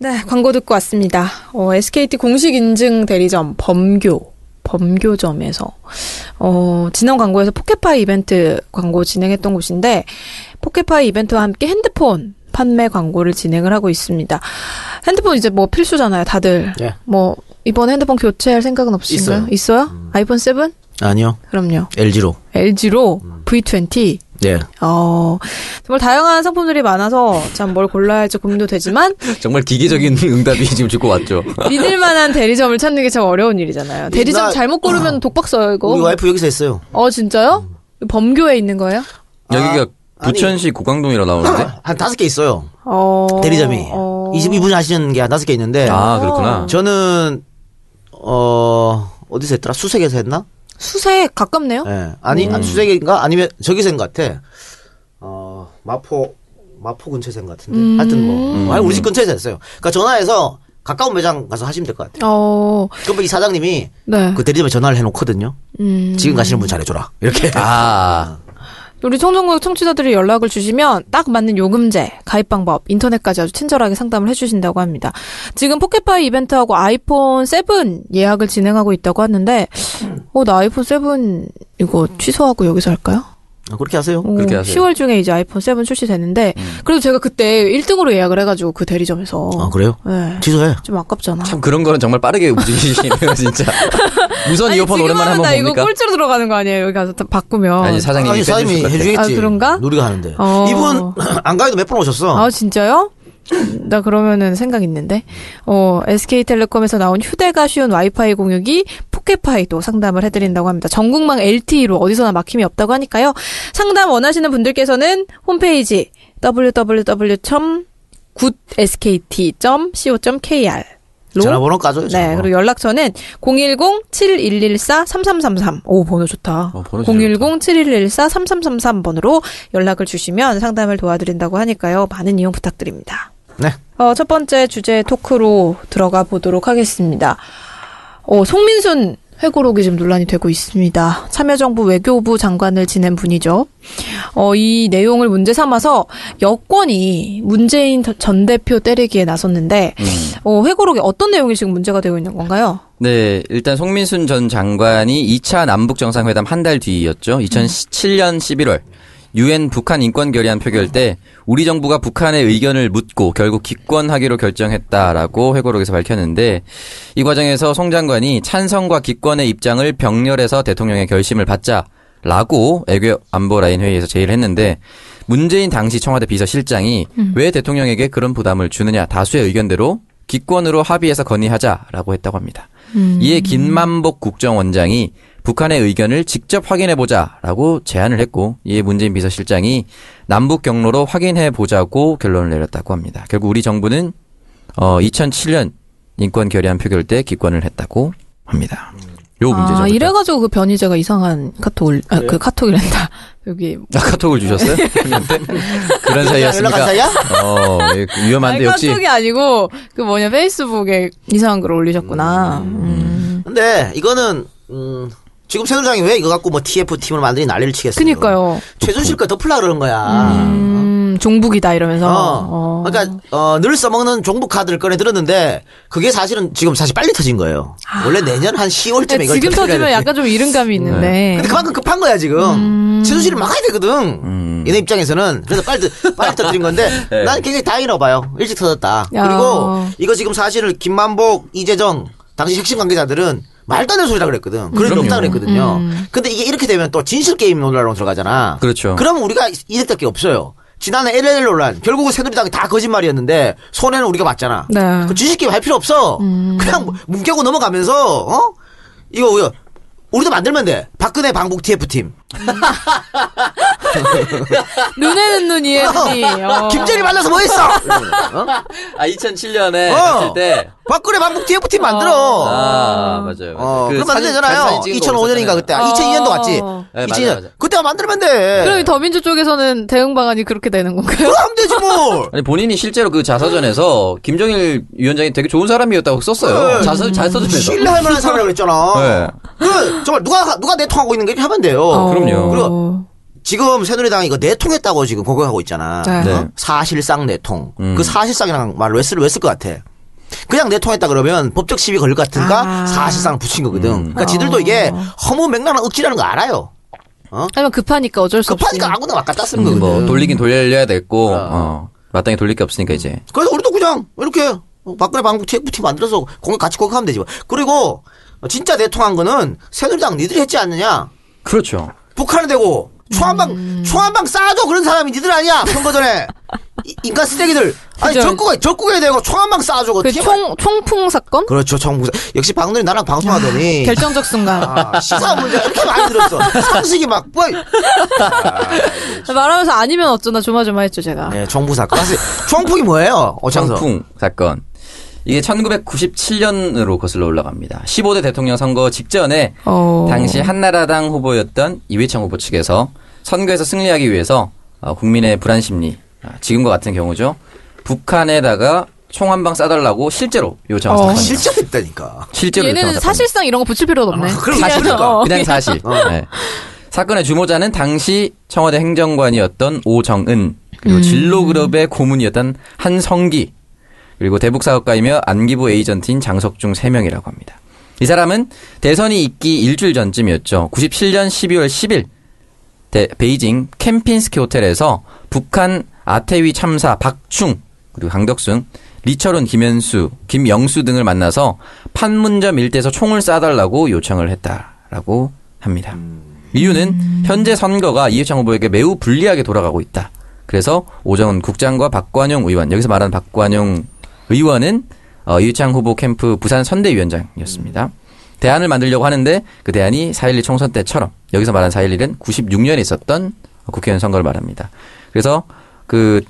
네, 광고 듣고 왔습니다. 어, SKT 공식 인증 대리점 범교 범교점에서 어, 지난 광고에서 포켓파이 이벤트 광고 진행했던 곳인데 포켓파이 이벤트와 함께 핸드폰 판매 광고를 진행을 하고 있습니다. 핸드폰 이제 뭐 필수잖아요, 다들. 예. 뭐 이번 핸드폰 교체할 생각은 없으신가요? 있어요. 음. 있어요? 아이폰 7? 아니요. 그럼요. LG로. LG로 음. V20 네. 어, 정말 다양한 상품들이 많아서 참 뭘 골라야 할지 고민도 되지만 정말 기계적인 응답이 지금 줄고 왔죠. 믿을 만한 대리점을 찾는 게 참 어려운 일이잖아요. 대리점 나- 잘못 고르면 독박 써요, 이거. 아. 우리 와이프 음. 여기서 했어요. 어, 진짜요? 범교에 있는 거예요? 여기가 아니. 아. 부천시 고강동이라 나오는데. 한 다섯 개 있어요. 어. 대리점이. 어. 이 집- 이분이 하시는 게 한 다섯 개 있는데. 아 그렇구나. 저는, 어, 어디서 했더라? 수색에서 했나? 수세 가깝네요? 예. 아니, 음. 아니, 수색인가? 아니면 저기서인 것 같아. 어, 마포, 마포 근처에서인 것 같은데. 음. 하여튼 뭐. 아니, 우리 집 근처에서 했어요. 그러니까 전화해서 가까운 매장 가서 하시면 될 것 같아요. 어, 그러면 이 사장님이 네. 그 대리점에 전화를 해놓거든요. 음. 지금 가시는 분 잘해줘라. 이렇게. 아 우리 청정구역 청취자들이 연락을 주시면 딱 맞는 요금제, 가입 방법, 인터넷까지 아주 친절하게 상담을 해주신다고 합니다. 지금 포켓파이 이벤트하고 아이폰 7 예약을 진행하고 있다고 하는데, 어, 나 아이폰 7 이거 취소하고 여기서 할까요? 아, 그렇게 하세요. 어, 그렇게 하세요. 음. 10월 중에 이제 아이폰 7 출시되는데, 그래도 제가 그때 1등으로 예약을 해가지고 그 대리점에서. 아, 그래요? 네. 취소해. 좀 아깝잖아. 참 그런 거는 정말 빠르게 움직이시네요 진짜. 무선 아니, 이어폰 지금 오랜만에 하면 한번 나 이거 봅니까? 꼴찌로 들어가는 거 아니에요? 여기 가서 다 바꾸면. 아니 사장님이 아니, 빼주실 사장님이 것 같아요. 해주겠지. 아, 그런가? 우리가 하는데. 어. 이분, 안 가도 몇 번 오셨어? 아 진짜요? 나 그러면은 생각 있는데 어 SK텔레콤에서 나온 휴대가 쉬운 와이파이 공유기 포켓파이도 상담을 해드린다고 합니다. 전국망 LTE로 어디서나 막힘이 없다고 하니까요. 상담 원하시는 분들께서는 홈페이지 www. goodskt.co.kr 로 전화번호 까줘요. 네, 전화번호. 그리고 연락처는 010-7114-3333. 오, 번호 좋다. 어, 번호 진짜 010-7114-3333번으로 연락을 주시면 상담을 도와드린다고 하니까요. 많은 이용 부탁드립니다. 네. 어, 첫 번째 주제 토크로 들어가 보도록 하겠습니다. 어, 송민순 회고록이 지금 논란이 되고 있습니다. 참여정부 외교부 장관을 지낸 분이죠. 어, 이 내용을 문제 삼아서 여권이 문재인 전 대표 때리기에 나섰는데, 어, 회고록이 어떤 내용이 지금 문제가 되고 있는 건가요? 네, 일단 송민순 전 장관이 2차 남북 정상회담 한 달 뒤였죠. 2017년 11월 유엔 북한 인권 결의안 표결 때 우리 정부가 북한의 의견을 묻고 결국 기권하기로 결정했다라고 회고록에서 밝혔는데 이 과정에서 송 장관이 찬성과 기권의 입장을 병렬해서 대통령의 결심을 받자 라고 애교 안보 라인 회의에서 제의를 했는데 문재인 당시 청와대 비서실장이 왜 대통령에게 그런 부담을 주느냐 다수의 의견대로 기권으로 합의해서 건의하자라고 했다고 합니다. 음. 이에 김만복 국정원장이 북한의 의견을 직접 확인해 보자라고 제안을 했고 이에 문재인 비서실장이 남북 경로로 확인해 보자고 결론을 내렸다고 합니다. 결국 우리 정부는 어 2007년 인권 결의안 표결 때 기권을 했다고 합니다. 요 문제죠. 아, 일단. 이래가지고 그 변희재가 이상한 카톡 올, 네. 아, 그 카톡이란다. 여기. 아, 카톡을 주셨어요? 형님한테? 그런 사이였습니까? 연락한 사이야? 어, 위험한데 아니, 역시 카톡이 아니고, 그 뭐냐, 페이스북에 이상한 글 올리셨구나. 음. 근데 이거는 음, 지금 새누리당이 왜 이거 갖고 뭐 TF 팀을 만드니 난리를 치겠어요. 그니까요. 최순실 거 덮으려 그러는 거야. 음, 종북이다, 어. 이러면서. 어. 그러니까 어, 늘 써먹는 종북 카드를 꺼내 들었는데 그게 사실은 지금 사실 빨리 터진 거예요. 원래 내년 한 10월쯤에 근데 이걸 네, 지금 터뜨려야 터지면 돼. 약간 좀 네. 이른감이 있는데. 근데 그만큼 급한 거야 지금. 최순실을 막아야 되거든. 음. 얘네 입장에서는 그래서 빨리 터- 빨리 터뜨린 건데 네. 난 굉장히 다행이라고 봐요. 일찍 터졌다. 야. 그리고 이거 지금 사실을 김만복, 이재정 당시 핵심 관계자들은 말도 안 되는 소리라 그랬거든. 그런 일 없다 그랬거든요. 근데 이게 이렇게 되면 또 진실 게임 논란으로 들어가잖아. 그렇죠. 그럼 우리가 이득 밖에 없어요. 지난해 LL 논란 결국은 새누리당이 다 거짓말이었는데 손해는 우리가 봤잖아. 네. 음. 그 진실 게임 할 필요 없어. 그냥 뭉개고 넘어가면서 어 이거 뭐야 우리도 만들면 돼. 박근혜 방북 TF팀. 눈에는 눈, 이에는 이. 어. 김재리 만나서 뭐 했어? 어? 아 2007년에 어. 갔을 때. 박근혜 방북 TF팀 만들어. 아 맞아요. 어, 그럼 안 사진- 되잖아요. 사진 찍은 거 2005년인가 그때. 아, 어. 2002년도 갔지. 네, 2002년. 맞아요, 맞아요. 그때 만들면 돼. 그럼 이 더민주 쪽에서는 대응 방안이 그렇게 되는 건가요? 그럼 되지 뭐. 아니 본인이 실제로 그 자서전에서 김정일 위원장이 되게 좋은 사람이었다고 썼어요. 네. 자서 자서전에서. 신뢰할 만한 사람이라고 했잖아. 네. 그 정말 누가 누가 내통하고 있는 게 하면 돼요. 어. 어, 그럼요. 그리고 지금 새누리당이 이거 내통했다고 지금 공격하고 있잖아. 네. 네. 어? 사실상 내통. 음. 그 사실상이랑 말을 왜 쓸 왜 쓸 것 같아. 그냥 내통했다 그러면 법적 시비 걸릴 것 같으니까 아. 사실상 붙인 거거든. 음. 그러니까 지들도 어. 이게 허무 맹랑한 억지라는 거 알아요. 아니면 급하니까 어쩔 수 없이. 급하니까 아무나 왔다 갔다 쓰는 거거든. 음, 뭐 돌리긴 돌려야 됐고 아. 어. 마땅히 돌릴 게 없으니까 이제. 그래서 우리도 그냥 이렇게 박근혜 방국 TF팀 만들어서 공격 같이 공격하면 되지. 뭐. 그리고 진짜 내통한 거는 새누리당 니들이 했지 않느냐. 그렇죠. 북한은 되고 초한방 음. 초한방 쌓아줘 그런 사람이 니들 아니야 선거 전에 이- 인간 쓰레기들 아니 그죠. 적국에 적국에 대고 초한방 쌓아줘 그 그 총, 총풍 사건? 그렇죠 정부 역시 방들이 나랑 방송하더니 결정적 순간. 아, 시사 문제 이렇게 많이 들었어 상식이 막 뭐, 그렇죠. 말하면서 아니면 어쩌나 조마조마했죠, 제가. 네, 정부 사건 사실 총풍이 뭐예요 어창서 청풍 사건. 이게 1997년으로 거슬러 올라갑니다. 15대 대통령 선거 직전에 어. 당시 한나라당 후보였던 이회창 후보 측에서 선거에서 승리하기 위해서 어, 국민의 불안 심리, 아, 지금과 같은 경우죠. 북한에다가 총 한 방 싸달라고 실제로 요청한 어. 사건이에요. 실제로 했다니까 실제로 요청한 얘네는 사건. 사실상 이런 거 붙일 필요도 없네. 아, 그럼 그냥, 사실이니까. 어. 그냥 사실. 네. 사건의 주모자는 당시 청와대 행정관이었던 오정은 음. 그리고 진로그룹의 고문이었던 한성기 그리고 대북 사업가이며 안기부 에이전트인 장석중 세명이라고 합니다. 이 사람은 대선이 있기 일주일 전쯤이었죠. 97년 12월 10일 대- 베이징 캠핀스키 호텔에서 북한 아태위 참사 박충 그리고 강덕순 리철훈 김현수 김영수 등을 만나서 판문점 일대에서 총을 쏴달라고 요청을 했다라고 합니다. 이유는 현재 선거가 이해창 후보에게 매우 불리하게 돌아가고 있다. 그래서 오정은 국장과 박관용 의원 여기서 말하는 박관용 의원은 어, 이해창 후보 캠프 부산 선대위원장이었습니다. 대안을 만들려고 하는데 그 대안이 4.11 총선 때처럼 여기서 말한 4.11은 96년에 있었던 국회의원 선거를 말합니다. 그래서 그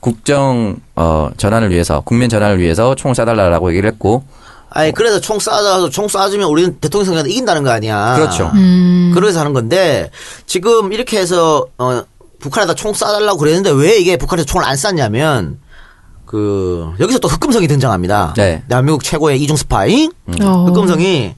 국정 어, 전환을 위해서 국민 전환을 위해서 총을 쏴달라라고 얘기를 했고 어. 아니 그래서 총 쏴줘서 총 쏴주면 우리는 대통령 선거에서 이긴다는 거 아니야 그렇죠. 그래서 하는 건데 지금 이렇게 해서 어, 북한에다 총 쏴달라고 그랬는데 왜 이게 북한에서 총을 안 쐈냐면 그 여기서 또 흑금성이 등장합니다. 네. 음. 대한민국 최고의 이중 스파이 어. 흑금성이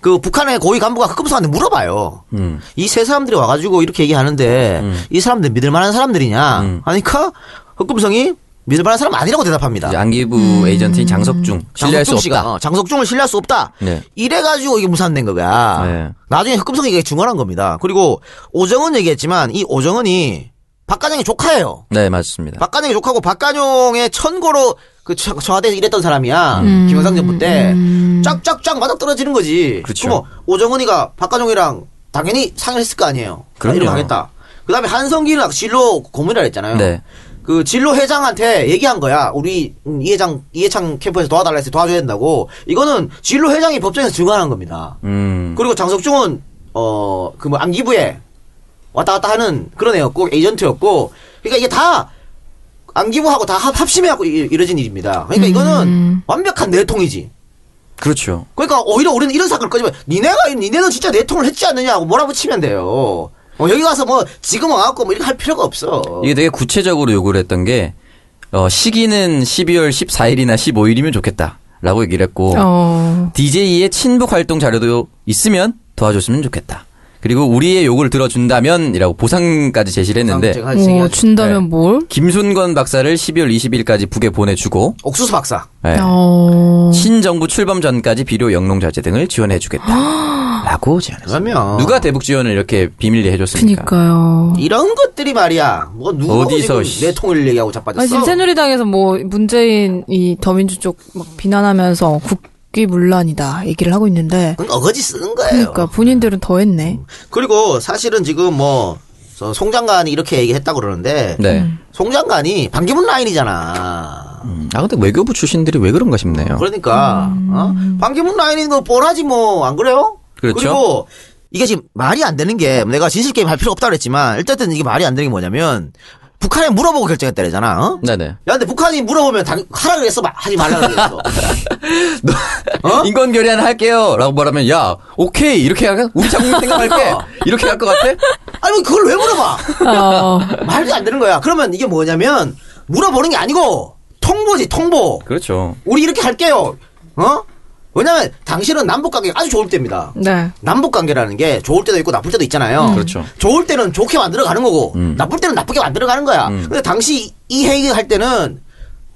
그 북한의 고위 간부가 흑금성한테 물어봐요. 음. 이 세 사람들이 와가지고 이렇게 얘기하는데 이 사람들 믿을 만한 사람들이냐 음. 하니까 그 흑금성이 믿을 만한 사람 아니라고 대답합니다. 이제 안기부 에이전트인 장석중 신뢰할 수 장석중 씨가, 없다. 어, 장석중을 신뢰할 수 없다. 네. 이래가지고 이게 무산된 거야. 네. 나중에 흑금성이 이게 증언한 겁니다. 그리고 오정은 얘기했지만 이 오정은이 박관영의 조카예요. 네 맞습니다. 박관영의 조카고 박관영의 천고로 그 청- 청와대에서 일했던 사람이야. 김영삼 정부 때 쫙쫙쫙 맞아 떨어지는 거지. 그렇죠. 그럼 뭐 오정은이가 박관영이랑 당연히 상의를 했을 거 아니에요. 그럼요. 이러 하겠다. 그다음에 한성기는 진로 고문이라 했잖아요. 네. 그 진로 회장한테 얘기한 거야. 우리 음, 이 회장 이해창 캠프에서 도와달라 해서 도와줘야 된다고. 이거는 진로 회장이 법정에서 증언한 겁니다. 음. 그리고 장석중은 어 그 뭐 안기부에 왔다 갔다 하는 그런 애였고 에이전트였고 그러니까 이게 다 안기부하고 다 합- 합심해갖고 이- 이뤄진 일입니다. 그러니까 이거는 완벽한 내통이지. 그렇죠. 그러니까 오히려 우리는 이런 사건을 꺼지면 니네가 니네는 진짜 내통을 했지 않느냐고 몰아붙이면 돼요. 어, 여기 와서 뭐 지금 와갖고 뭐 이렇게 할 필요가 없어. 이게 되게 구체적으로 요구를 했던 게 어, 시기는 12월 14일이나 15일이면 좋겠다라고 얘기를 했고 어. DJ의 친북 활동 자료도 있으면 도와줬으면 좋겠다. 그리고 우리의 요구를 들어준다면이라고 보상까지 제시를 했는데 아, 제가 할 어, 얘기하지. 준다면 네. 뭘? 김순건 박사를 12월 20일까지 북에 보내주고 옥수수 박사. 예, 어. 신정부 출범 전까지 비료 영농 자재 등을 지원해주겠다라고 제안했어요. 그러면 누가 대북 지원을 이렇게 비밀리에 해줬습니까? 그니까요. 이런 것들이 말이야. 뭐 누가 어디서, 어디서 씨. 내 통일 얘기하고 자빠졌어. 아니, 지금 새누리당에서 뭐 문재인 이 더민주 쪽 막 비난하면서 국기 문란이다 얘기를 하고 있는데 그건 어거지 쓰는 거예요. 그러니까 본인들은 더 했네. 그리고 사실은 지금 뭐송 장관이 이렇게 얘기했다 고 그러는데 네. 송 장관이 반기문 라인이잖아. 음, 아 근데 외교부 출신들이 왜 그런가 싶네요. 그러니까 어? 반기문 라인인 거 뻔하지 뭐 안 그래요? 그렇죠. 그리고 이게 지금 말이 안 되는 게 내가 진실 게임 할 필요 없다 그랬지만 일단은 이게 말이 안 되는 게 뭐냐면 북한에 물어보고 결정했다잖아. 어? 네네. 야, 근데 북한이 물어보면 당, 하라 그랬어, 마- 하지 말라 그랬어. 어? 인권 결의안 할게요. 라고 말하면, 야, 오케이. 이렇게 할까? 우리 자국민 생각할게. 이렇게 할 것 같아? 아니 뭐 그걸 왜 물어봐? 어. 말도 안 되는 거야. 그러면 이게 뭐냐면 물어보는 게 아니고 통보지 통보. 그렇죠. 우리 이렇게 할게요. 어? 왜냐면 당신은 남북 관계가 아주 좋을 때입니다. 네. 남북 관계라는 게 좋을 때도 있고 나쁠 때도 있잖아요. 그렇죠. 좋을 때는 좋게 만들어 가는 거고 음. 나쁠 때는 나쁘게 만들어 가는 거야. 근데 당시 이 회의 할 때는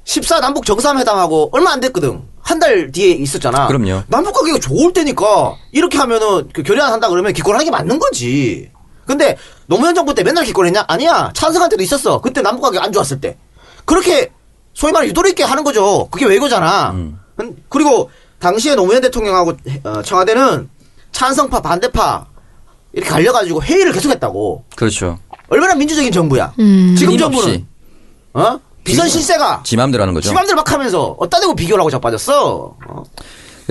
14 남북 정상회담하고 얼마 안 됐거든. 한 달 뒤에 있었잖아. 그럼요. 남북 관계가 좋을 때니까 이렇게 하면은 그 결의안한다 그러면 기권하는 게 맞는 거지. 근데 노무현 정부 때 맨날 기권했냐? 아니야. 찬성할 때도 있었어. 그때 남북 관계 안 좋았을 때. 그렇게 소위 말해 유도리 있게 하는 거죠. 그게 외교잖아. 음. 근- 그리고 당시에 노무현 대통령하고 어, 청와대는 찬성파 반대파 이렇게 갈려가지고 회의를 계속했다고. 그렇죠. 얼마나 민주적인 정부야. 지금 정부는 끊임없이 어? 비선 실세가 지 마음대로 하는 거죠. 지맘대로 막 하면서 어따 대고 비교를 하고 자빠졌어. 어.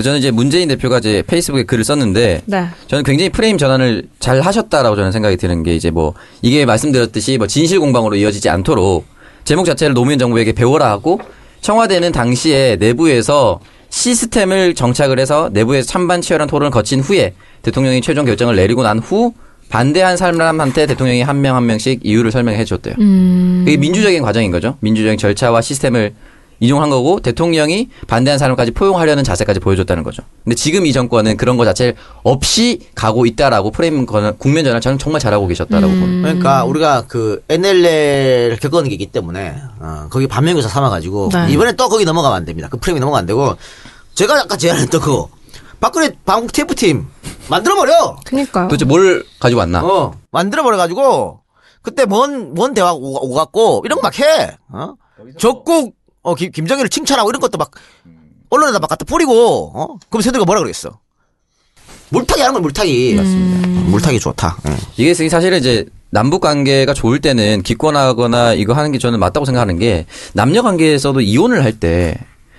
저는 이제 문재인 대표가 이제 페이스북에 글을 썼는데 네. 저는 굉장히 프레임 전환을 잘 하셨다라고 저는 생각이 드는 게 이제 뭐 이게 말씀드렸듯이 뭐 진실 공방으로 이어지지 않도록 제목 자체를 노무현 정부에게 배워라 하고 청와대는 당시에 내부에서 시스템을 정착을 해서 내부에서 찬반 치열한 토론을 거친 후에 대통령이 최종 결정을 내리고 난 후 반대한 사람한테 대통령이 한 명 한 명씩 이유를 설명해 줬대요. 그게 민주적인 과정인 거죠. 민주적인 절차와 시스템을 인용한 거고 대통령이 반대한 사람까지 포용하려는 자세까지 보여줬다는 거죠. 근데 지금 이 정권은 그런 거 자체를 없이 가고 있다라고 프레임 건 국면 전환 저는 정말 잘하고 계셨다라고 봅니다. 그러니까 우리가 그 NLL을 겪은 게 있기 때문에 어, 거기 반면교사 삼아가지고 네. 이번에 또 거기 넘어가면 안 됩니다. 그 프레임이 넘어가면 안 되고 제가 아까 제안했던 그거 박근혜 방국 TF팀 만들어버려. 그니까요. 도대체 뭘 가지고 왔나? 어 만들어버려가지고 그때 뭔, 뭔 대화 오- 오갔고 이런 거 막 해. 어? 적국 어, 김, 김정일을 칭찬하고 이런 것도 막 음. 언론에다 막 갖다 뿌리고 어? 그럼 새들이가 뭐라 그러겠어. 물타기 하는 건 물타기. 맞습니다. 음. 물타기 좋다. 예. 응. 이게 지금 사실은 이제 남북 관계가 좋을 때는 기권하거나 이거 하는 게 저는 맞다고 생각하는 게 남녀 관계에서도 이혼을 할 때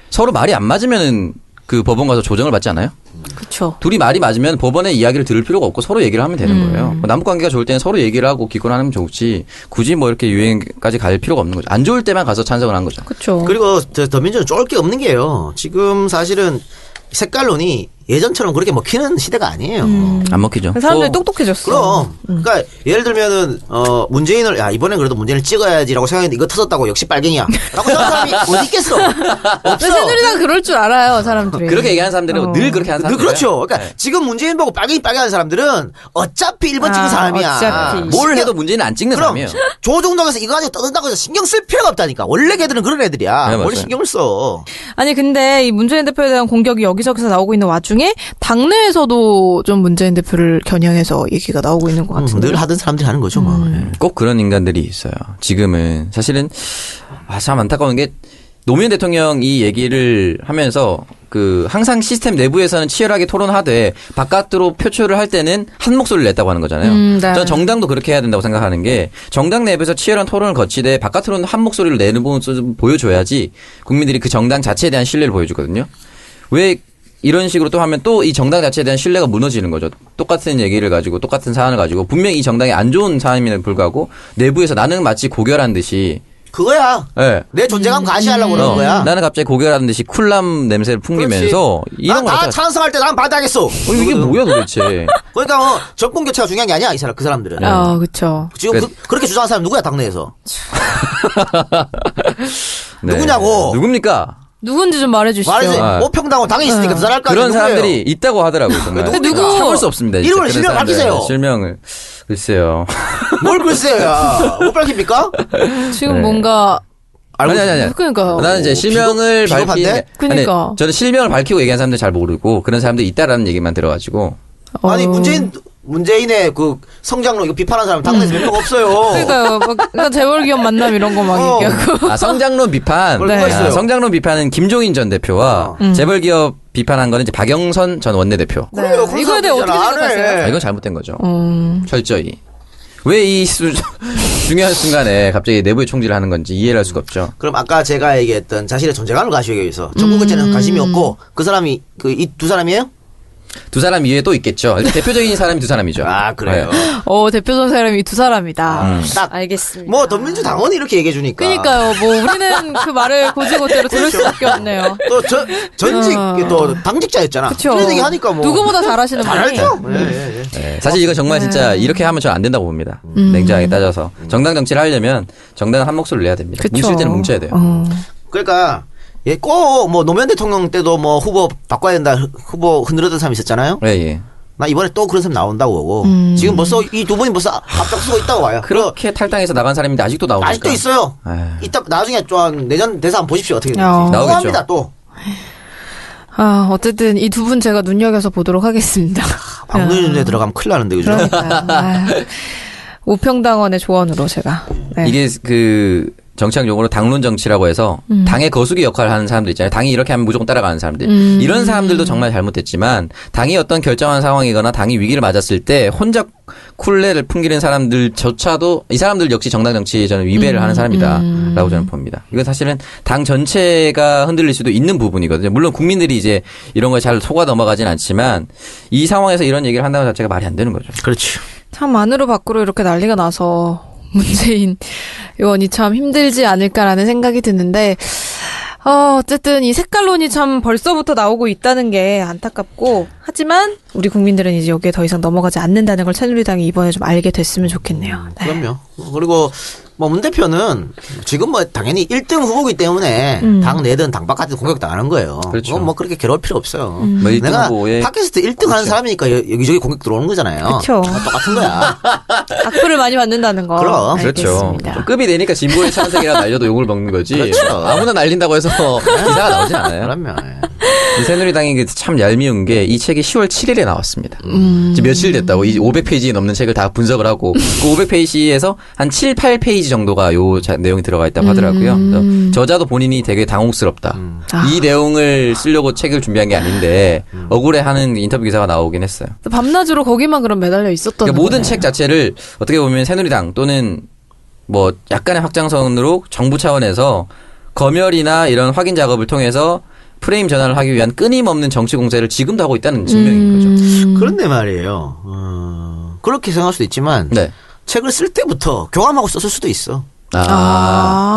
서로 말이 안 맞으면은 그 법원 가서 조정을 받지 않아요? 그쵸. 둘이 말이 맞으면 법원의 이야기를 들을 필요가 없고 서로 얘기를 하면 음. 되는 거예요. 뭐 남북 관계가 좋을 때는 서로 얘기를 하고 기권하면 좋지 굳이 뭐 이렇게 유행까지 갈 필요가 없는 거죠. 안 좋을 때만 가서 찬성을 한 거죠. 그쵸. 그리고 더- 더민주는 쫄 게 없는 게요. 지금 사실은 색깔론이 예전처럼 그렇게 먹히는 시대가 아니에요. 안 먹히죠. 음. 사람들이 어. 똑똑해졌어. 그럼 음. 그러니까 예를 들면은 어 문재인을 야 이번엔 그래도 문재인을 찍어야지라고 생각했는데 이거 터졌다고 역시 빨갱이야라고 생각하는 사람이 어디 있겠어? 근데 없어. 새누리당 그럴 줄 알아요, 사람들이. 그렇게 얘기하는 사람들은 어. 늘 그렇게 하는 네. 그, 사람들. 그렇죠. 그러니까 지금 문재인 보고 빨갱이 빨갱하는 사람들은 어차피 1번 찍은 아, 사람이야. 어차피. 뭘 해도 문제는 안 찍는 그럼 사람이에요. 조종동에서 이거 가지고 떠든다고 해서 신경 쓸 필요가 없다니까. 원래 걔들은 그런 애들이야. 네, 맞아요. 음. 원래 신경을 써. 아니 근데 이 문재인 대표에 대한 공격이 여기저기서 나오고 있는 와중에 당내에서도 좀 문재인 대표를 겨냥해서 얘기가 나오고 있는 것 음, 같은데. 늘 하던 사람들이 하는 거죠. 뭐. 예. 꼭 그런 인간들이 있어요. 지금은 사실은 아, 참 안타까운 게 노무현 대통령 이 얘기를 하면서 그 항상 시스템 내부에서는 치열하게 토론하되 바깥으로 표출을 할 때는 한 목소리를 냈다고 하는 거잖아요. 음, 네. 저는 정당도 그렇게 해야 된다고 생각하는 게 정당 내부에서 치열한 토론을 거치되 바깥으로는 한 목소리를 내는 모습을 보여줘야지 국민들이 그 정당 자체에 대한 신뢰를 보여주거든요. 왜 이런 식으로 또 하면 또 이 정당 자체에 대한 신뢰가 무너지는 거죠. 똑같은 얘기를 가지고 똑같은 사안을 가지고 분명히 이 정당이 안 좋은 사안임에도 불구하고 내부에서 나는 마치 고결한 듯이 그거야. 예. 내 존재감 과시하려고 그러는 어, 거야. 나는 갑자기 고결하는 듯이 쿨남 냄새를 풍기면서 이런 나, 거나 같아. 찬성할 때 난 반대하겠어. 어, 이게 뭐야 도대체. 그러니까 어, 정권 교체가 중요한 게 아니야 이 사람 그 사람들은. 아, 그쵸. 지금 그래. 그, 렇게 주장하는 사람 누구야 당내에서? 네. 누구냐고. 누굽니까? 누군지 좀 말해주시죠. 말해서 아. 오평당원 당에 있으니까 그 사람 그런 사람들이 있다고 하더라고요. 정말. 근데 누구- 누구- 참을 수 없습니다. 진짜 이름을 그런 실명 사람들. 밝히세요. 실명을 글쎄요. 뭘 글쎄야 못 밝힙니까? 아, 지금 네. 뭔가 아니 아니 아니. 그러니까 나는 이제 오, 실명을 비겁- 밝히는 비겁한데? 아니, 그러니까. 저는 실명을 밝히고 얘기하는 사람들 잘 모르고 그런 사람들 있다라는 얘기만 들어가지고 아니 어. 문재인 문재인의 그 성장론 이거 비판하는 사람 당내에서 몇 명 없어요. 그러니까요. 막 그러니까 재벌기업 만남 이런 거 막 어. 얘기하고. 아 성장론 비판 네. 아, 성장론 비판은 김종인 전 대표와 재벌기업 비판한 거는 이제 박영선 전 원내대표 그래요, 그런 네. 이거에 대해 어떻게 사람들이잖아, 네. 생각하세요? 나를. 아, 이건 잘못된 거죠 네. 음. 철저히 왜 이 중요한 순간에 갑자기 내부의 총질을 하는 건지 이해를 할 수가 없죠 그럼 아까 제가 얘기했던 자신의 존재감을 가시기 위해서 정권 교체는 관심이 없고 그 사람이 그 이 두 사람이에요? 두 사람 이외에 또 있겠죠. 일단 대표적인 사람이 두 사람이죠. 아, 그래요. 아, 네. 어, 대표적인 사람이 이 두 사람이다. 음. 딱. 알겠습니다. 뭐, 더민주당원이 이렇게 얘기해주니까. 음. 그니까요. 뭐, 우리는 그 말을 고지고대로 그렇죠. 들을 수 밖에 없네요. 또, 저, 전직, 어. 또, 당직자였잖아. 그쵸. 그런 얘기 하니까 뭐. 누구보다 잘하시는 분이. 잘하죠. 예, 예, 예. 네. 사실 이건 정말 진짜 이렇게 하면 저 안 된다고 봅니다. 음. 네. 냉정하게 따져서 정당 정치를 하려면 정당은 한 목소리를 내야 됩니다. 그쵸. 뭉칠 때는 뭉쳐야 돼요. 어. 그러니까, 예, 꼭, 뭐, 노무현 대통령 때도 뭐, 후보 바꿔야 된다, 흐- 후보 흔들었던 사람 있었잖아요. 예, 예. 나 이번에 또 그런 사람 나온다고 하고, 지금 벌써, 이 두 분이 벌써 앞장서고 있다고 봐요. 그럼, 음. 그렇게 탈당해서 나간 사람인데 아직도 나오니까. 네. 예. 아직도 있어요. 에휴. 이따, 나중에 좀, 내년 대사 한번 보십시오. 어떻게 되는지. 어. 또 나오겠죠. 합니다, 또. 아, 어쨌든 이 두 분 제가 눈여겨서 보도록 하겠습니다. 네. 박물관에 들어가면 큰일 나는데, 그죠? 그러니까요. 아유. 우평당원의 조언으로 제가. 네. 이게 그 정치학 용어로 당론 정치라고 해서 당의 거수기 역할을 하는 사람들 있잖아요. 당이 이렇게 하면 무조건 따라가는 사람들. 이런 사람들도 정말 잘못됐지만 당이 어떤 결정한 상황이거나 당이 위기를 맞았을 때 혼자 쿨레를 풍기는 사람들조차도 이 사람들 역시 정당 정치에 저는 위배를 하는 사람이다라고 저는 봅니다. 이건 사실은 당 전체가 흔들릴 수도 있는 부분이거든요. 물론 국민들이 이제 이런 거에 잘 속아 넘어가진 않지만 이 상황에서 이런 얘기를 한다는 것 자체가 말이 안 되는 거죠. 그렇지. 참 안으로 밖으로 이렇게 난리가 나서 문재인 의원이 참 힘들지 않을까라는 생각이 드는데 어, 어쨌든 이 색깔론이 참 벌써부터 나오고 있다는 게 안타깝고 하지만 우리 국민들은 이제 여기에 더 이상 넘어가지 않는다는 걸 새누리당이 이번에 좀 알게 됐으면 좋겠네요. 네. 그럼요. 그리고 뭐 문 대표는 지금 뭐 당연히 1등 후보기 때문에 음. 당 내든 당 바깥에 공격당하는 거예요. 그렇죠. 그건 뭐 그렇게 괴로울 필요 없어요. 음. 뭐 일등 내가 그렇죠. 후보의- 팟캐스트 1등 하는 사람이니까 여- 여기저기 공격 들어오는 거잖아요. 그쵸. 다 똑같은 거야. 악플을 많이 받는다는 거. 그럼. 아, 그렇죠. 알겠습니다. 좀 급이 되니까 진보의 차란색이라 날려도 욕을 먹는 거지. 그렇죠. 아무나 날린다고 해서 기사가 나오진 않아요. 그러면 이 새누리당이 그참 얄미운 게 이 책이 10월 7일에 나왔습니다. 지금 며칠 됐다고 이 500페이지 넘는 책을 다 분석을 하고 그 500페이지에서 한 7, 8페이지 정도가 요 자- 내용이 들어가 있다고 하더라고요. 그래서 저자도 본인이 되게 당혹스럽다. 이 내용을 쓰려고 책을 준비한 게 아닌데 억울해하는 인터뷰 기사가 나오긴 했어요. 밤낮으로 거기만 그럼 매달려 있었던 그러니까 모든 거네요. 책 자체를 어떻게 보면 새누리당 또는 뭐 약간의 확장선으로 정부 차원에서 검열이나 이런 확인 작업을 통해서 프레임 전환을 하기 위한 끊임없는 정치 공세를 지금도 하고 있다는 증명인 거죠. 음. 그런데 말이에요. 어, 그렇게 생각할 수도 있지만 네. 책을 쓸 때부터 교감하고 썼을 수도 있어. 아,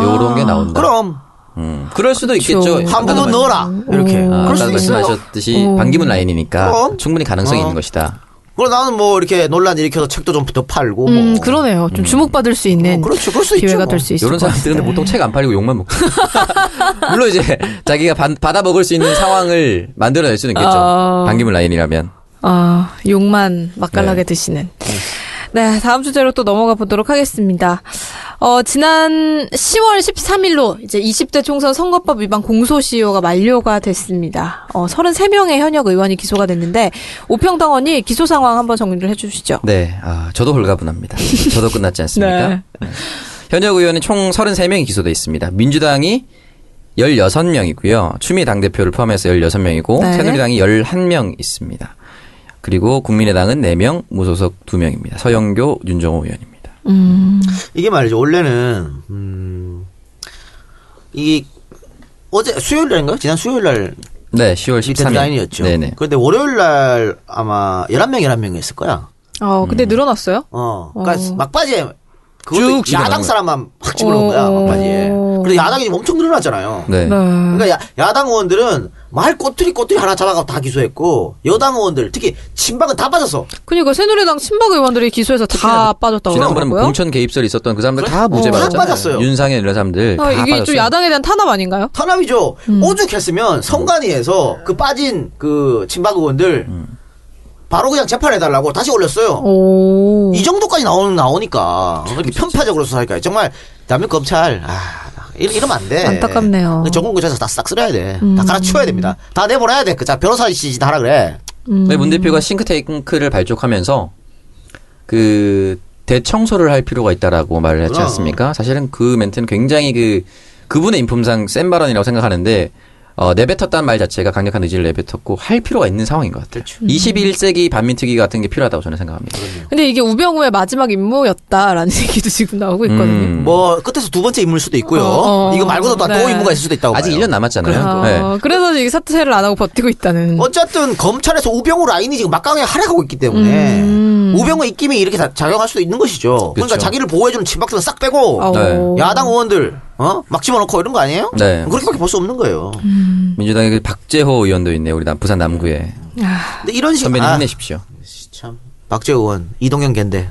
아. 요런 게 나온다. 그럼 음, 그럴 수도 그쵸. 있겠죠. 한 부분 넣어라 음. 이렇게. 네. 아, 그럴 아까 수도 있어요. 말씀하셨듯이 반기문 라인이니까 그럼. 충분히 가능성이 어. 있는 것이다. 그리고 나는 뭐 이렇게 논란 일으켜서 책도 좀 더 팔고. 뭐. 음, 그러네요. 좀 주목받을 수 있는 어, 그렇죠. 그럴 수 있죠, 기회가 뭐. 될 수 있을 이런 것 같아요. 사람들은 근데 보통 책 안 팔리고 욕만 먹고 물론 이제 자기가 받, 받아 먹을 수 있는 상황을 만들어낼 수는 있겠죠. 어. 반기문 라인이라면. 아, 욕만 맛깔나게 네. 드시는. 네, 다음 주제로 또 넘어가 보도록 하겠습니다. 어, 지난 10월 13일로 이제 20대 총선 선거법 위반 공소시효가 만료가 됐습니다. 어, 33명의 현역 의원이 기소가 됐는데, 오평당원이 기소 상황 한번 정리를 해주시죠. 네, 아, 저도 홀가분합니다. 저도 끝났지 않습니까? 네. 현역 의원이 총 33명이 기소돼 있습니다. 민주당이 16명이고요. 추미애 당대표를 포함해서 16명이고 네. 새누리당이 11명 있습니다. 그리고 국민의당은 4명, 무소속 2명입니다. 서영교, 윤정호 의원입니다. 이게 말이죠. 원래는 음, 이 어제 수요일 날인가요? 지난 수요일 날 네, 10월 13일. 데드라인이었죠. 네네. 그런데 월요일 날 아마 11명 11명이었을 거야. 어, 음. 근데 늘어났어요? 어. 그러니까 어. 막바지에 쭉 그것도 집어넣은 야당 거야. 사람만 확 집어넣은 거야, 어. 막바지에. 그래서 야당이 지금 엄청 늘어났잖아요. 네. 그러니까 야, 야당 의원들은 말 꼬투리 꼬투리 하나 잡아가고 다 기소했고 여당 의원들 특히 친박은 다 빠졌어. 그니까 그러니까 새누리당 친박 의원들이 기소해서 다 빠졌다고 지난번에 뭐 그러더라고요. 공천 개입설 있었던 그 사람들 다 무죄 어. 받았잖아요. 다 빠졌어요. 윤상현 이런 사람들 아, 다 이게 빠졌어요. 좀 야당에 대한 탄압 아닌가요? 탄압이죠. 음. 오죽했으면 선관위에서 네. 그 빠진 그 친박 의원들 바로 그냥 재판해달라고 다시 올렸어요. 음. 오. 이 정도까지 나오는 나오니까 이렇게 편파적으로 수사할까요? 정말 남의 검찰 아 이- 이러면 안 돼. 그 안타깝네요. 음. 전공교사에서 다 싹 쓸어야 돼. 다 갈아치워야 됩니다. 다 내보내야 돼. 그자 변호사 씨다 하라 그래. 네, 음. 문 대표가 싱크탱크를 발족하면서 그 대청소를 할 필요가 있다라고 말을 했지 그럼. 않습니까? 사실은 그 멘트는 굉장히 그 그분의 인품상 센 발언이라고 생각하는데 어, 내뱉었다는 말 자체가 강력한 의지를 내뱉었고 할 필요가 있는 상황인 것 같아요. 음. 21세기 반민특위 같은 게 필요하다고 저는 생각합니다. 근데 이게 우병우의 마지막 임무였다라는 얘기도 지금 나오고 있거든요. 음. 뭐 끝에서 두 번째 인물일 수도 있고요. 어, 어, 이거 말고도 또, 또 네. 임무가 있을 수도 있다고. 아직 봐요. 1년 남았잖아요. 네. 어, 그래서 이 사퇴를 안 하고 버티고 있다는. 어쨌든 검찰에서 우병우 라인이 지금 막강하게 하락하고 있기 때문에 음. 우병우 입김이 이렇게 다- 작용할 수도 있는 것이죠. 그러니까 그렇죠. 자기를 보호해주는 친박들은 싹 빼고 아우. 네. 야당 의원들 어? 막 집어넣고 이런 거 아니에요? 네. 그렇게밖에 볼 수 없는 거예요. 음. 민주당의 그 박재호 의원도 있네요. 우리 남, 부산 남구에. 근데 이런 식으로 선배님 아, 힘내십시오. 참 박재호 의원 이동현 겐데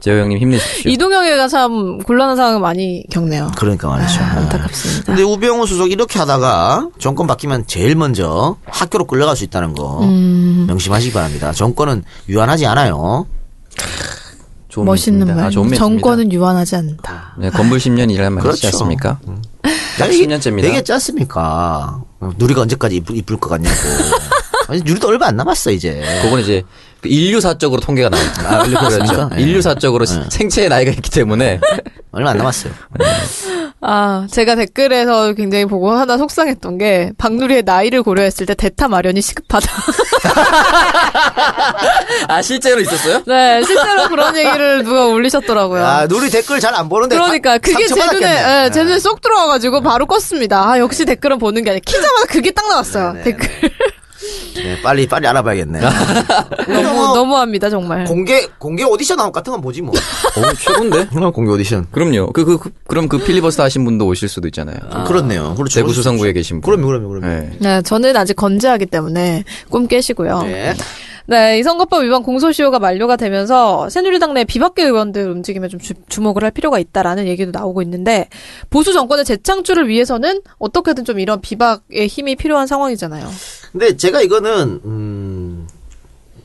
재호 형님 힘내십시오. 이동영이가 참 곤란한 상황을 많이 겪네요. 그러니까 말이죠. 아, 아. 안타깝습니다. 근데 우병우 수석 이렇게 하다가 정권 바뀌면 제일 먼저 학교로 끌려갈 수 있다는 거 음. 명심하시기 바랍니다. 정권은 유한하지 않아요. 좋은 멋있는 멘트입니다. 말. 아, 좋은 멘트입니다. 정권은 유한하지 않다. 네, 건불 10년 이란 말 있지 그렇죠. 않습니까? 약 아니, 이게 10년째입니다. 얘기했지 않습니까? 어, 누리가 언제까지 이쁠, 이쁠 것 같냐고. 아니, 누리도 얼마 안 남았어, 이제. 그건 이제 그 인류사적으로 통계가 나옵니다. 아, 그렇죠. 그렇습니까? 예. 인류사적으로 시- 생체의 나이가 있기 때문에 얼마 안 남았어요. 아, 제가 댓글에서 굉장히 보고 하나 속상했던 게, 박누리의 나이를 고려했을 때 대타 마련이 시급하다. 아 실제로 있었어요? 네, 실제로 그런 얘기를 누가 올리셨더라고요. 아, 누리 댓글 잘 안 보는데. 그러니까 상- 그게 제 눈에 상처받았겠네. 예, 제 눈에 쏙 들어와가지고 바로 껐습니다. 아, 역시 댓글은 보는 게 아니라 키자마자 그게 딱 나왔어요. 댓글 네, 빨리, 빨리 알아봐야겠네. 너무 너무합니다 정말. 뭐 공개, 공개 오디션 나온 같은 건 보지 뭐. 어, 최고인데? 정말 공개 오디션. 그럼요. 그, 그, 그, 럼그 필리버스터 하신 분도 오실 수도 있잖아요. 그렇네요. 그렇죠. 대구 수성구에 계신 분. 그럼요, 그럼요, 그럼요. 네. 네, 저는 아직 건재하기 때문에 꿈 깨시고요. 네. 네, 이 선거법 위반 공소시효가 만료가 되면서 새누리당 내 비박계 의원들 움직임에 좀 주, 목을할 필요가 있다라는 얘기도 나오고 있는데 보수 정권의 재창출을 위해서는 어떻게든 좀 이런 비박의 힘이 필요한 상황이잖아요. 근데 제가 이거는, 음,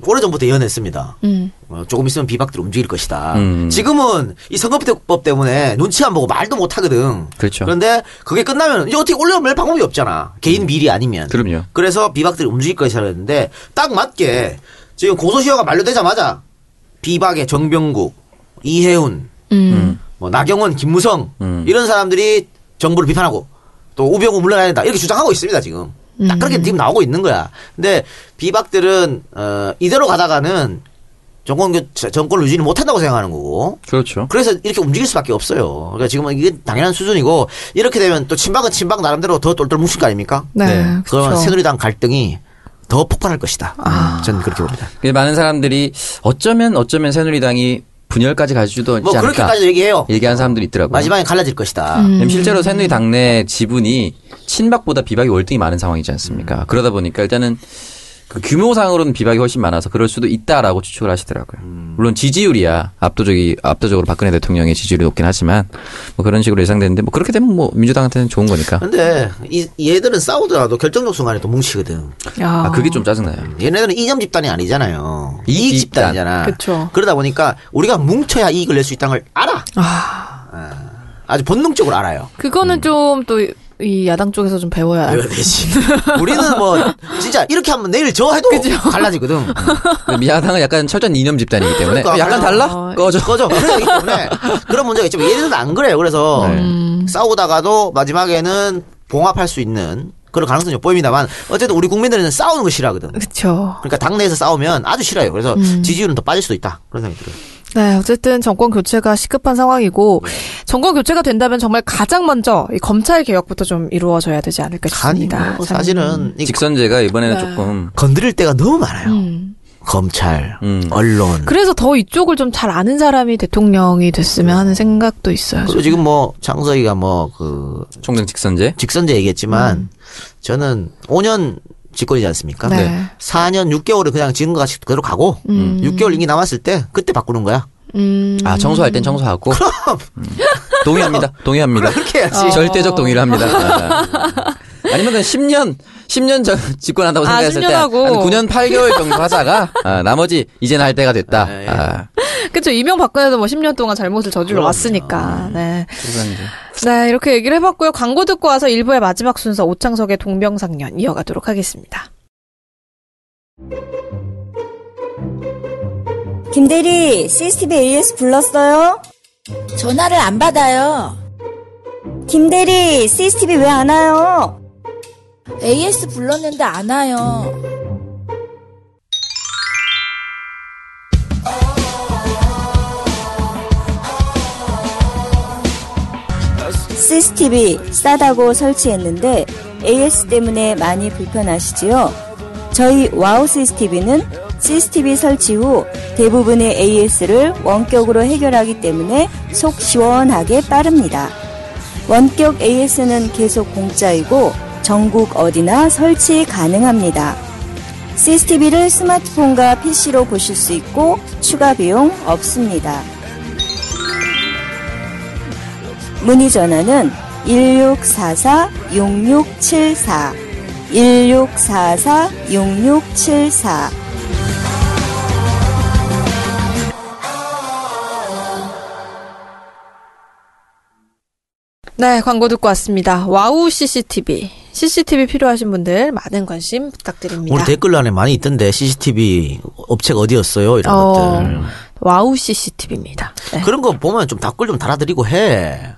오래전부터 예언했습니다. 음. 어, 조금 있으면 비박들이 움직일 것이다. 음. 지금은 이 선거법 때문에 눈치 안 보고 말도 못 하거든. 그렇죠. 런데 그게 끝나면 이제 어떻게 올려낼 방법이 없잖아. 개인 미리 아니면. 음. 그럼요. 그래서 비박들이 움직일 것이라는데 딱 맞게 지금 고소시효가 만료되자마자 비박의 정병국, 이해훈, 뭐 나경원, 김무성 음. 이런 사람들이 정부를 비판하고 또 우병우 물러나야 된다 이렇게 주장하고 있습니다 지금. 딱 그렇게 지금 나오고 있는 거야. 근데 비박들은 어, 이대로 가다가는 정권 교- 정권을 유지는 못한다고 생각하는 거고 그렇죠. 그래서 이렇게 움직일 수밖에 없어요. 그러니까 지금은 이게 당연한 수준이고 이렇게 되면 또 친박은 친박 나름대로 더 똘똘 뭉칠 거 아닙니까? 네, 네, 그러면 그렇죠. 새누리당 갈등이 더 폭발할 것이다. 저는 그렇게 봅니다. 근데 많은 사람들이 어쩌면 어쩌면 새누리당이 분열까지 갈 수도 있지 뭐 않을까. 예. 그렇게까지 얘기해요. 얘기하는 사람들이 있더라고요. 마지막에 갈라질 것이다. 왜냐면 실제로 새누리당 내 지분이 친박보다 비박이 월등히 많은 상황이지 음. 않습니까? 그러다 보니까 일단은 그 규모상으로는 비박이 훨씬 많아서 그럴 수도 있다라고 추측을 하시더라고요. 음. 물론 지지율이야 압도적이 압도적으로 박근혜 대통령의 지지율이 높긴 하지만 뭐 그런 식으로 예상되는데 뭐 그렇게 되면 뭐 민주당한테는 좋은 거니까. 근데 이 얘들은 싸우더라도 결정적 순간에 또 뭉치거든. 야. 아 그게 좀 짜증나요. 얘네들은 이념 집단이 아니잖아요. 이익 이익 집단. 집단이잖아. 그쵸. 러다 보니까 우리가 뭉쳐야 이익을 낼 수 있다는 걸 알아. 아. 아주 본능적으로 알아요. 그거는 좀 또 이 야당 쪽에서 좀 배워야 이거 대신. 우리는 뭐 진짜 이렇게 하면 내일 저 해도 갈라지거든. 근데 미야당은 약간 철저한 이념 집단이기 때문에 그러니까. 약간 달라 어, 꺼져. 꺼져. 그런 거기 때문에 그런 문제가 있지만 얘네들은 안 그래요. 그래서 네. 음. 싸우다가도 마지막에는 봉합할 수 있는 그런 가능성이 보입니다만 어쨌든 우리 국민들은 싸우는 거 싫어하거든. 그렇죠. 그러니까 당내에서 싸우면 아주 싫어요. 그래서 음. 지지율은 더 빠질 수도 있다. 그런 생각이 들어요. 네, 어쨌든 정권 교체가 시급한 상황이고 네. 정권 교체가 된다면 정말 가장 먼저 이 검찰 개혁부터 좀 이루어져야 되지 않을까 싶습니다. 음. 아니, 뭐 참. 사실은 이 직선제가 이번에는 네. 조금 건드릴 때가 너무 많아요. 검찰, 음. 언론. 그 음. 그래서 더 이쪽을 좀 잘 아는 사람이 대통령이 네. 됐으면 하는 생각도 있어요. 리고 지금 뭐 장석이가 뭐 그 총선 직선제. 직선제 얘기했지만 저는 5년 집권이지 않습니까? 음. 네. 4년 6개월을 그냥 지금과 같이 그대로 가고 6개월 임기 남았을 때 그때 바꾸는 거야. 음, 아 청소할 땐 청소하고. 음. 동의합니다. 동의합니다. 어. 그렇게 해야지. 어. 절대적 동의를 합니다. 아. 아니면 그냥 10년, 10년 전 집권한다고 아, 생각했을 10년 때, 한 하고. 9년 8개월 정도 하다가, 아, 나머지 이제는 할 때가 됐다. 예. 아, 그쵸. 이명박근혜도 뭐 10년 동안 잘못을 저질러 왔으니까. 네. 네, 이렇게 얘기를 해봤고요. 광고 듣고 와서 일부의 마지막 순서 오창석의 동병상련 이어가도록 하겠습니다. 김대리, CCTV AS 불렀어요? 전화를 안 받아요. 김대리, CCTV 왜 안 와요? AS 불렀는데 안 와요. CCTV 싸다고 설치했는데 AS 때문에 많이 불편하시지요? 저희 와우 CCTV는 CCTV 설치 후 대부분의 AS를 원격으로 해결하기 때문에 속 시원하게 빠릅니다. 원격 AS는 계속 공짜이고 전국 어디나 설치 가능합니다. CCTV를 스마트폰과 PC로 보실 수 있고 추가 비용 없습니다. 문의 전화는 1644-6674. 1644-6674. 네, 광고 듣고 왔습니다. 와우 CCTV. CCTV 필요하신 분들 많은 관심 부탁드립니다. 오늘 댓글란에 많이 있던데 CCTV 업체가 어디였어요 이런 어, 것들 와우 CCTV입니다. 네. 그런 거 보면 좀 답글 좀 달아드리고 해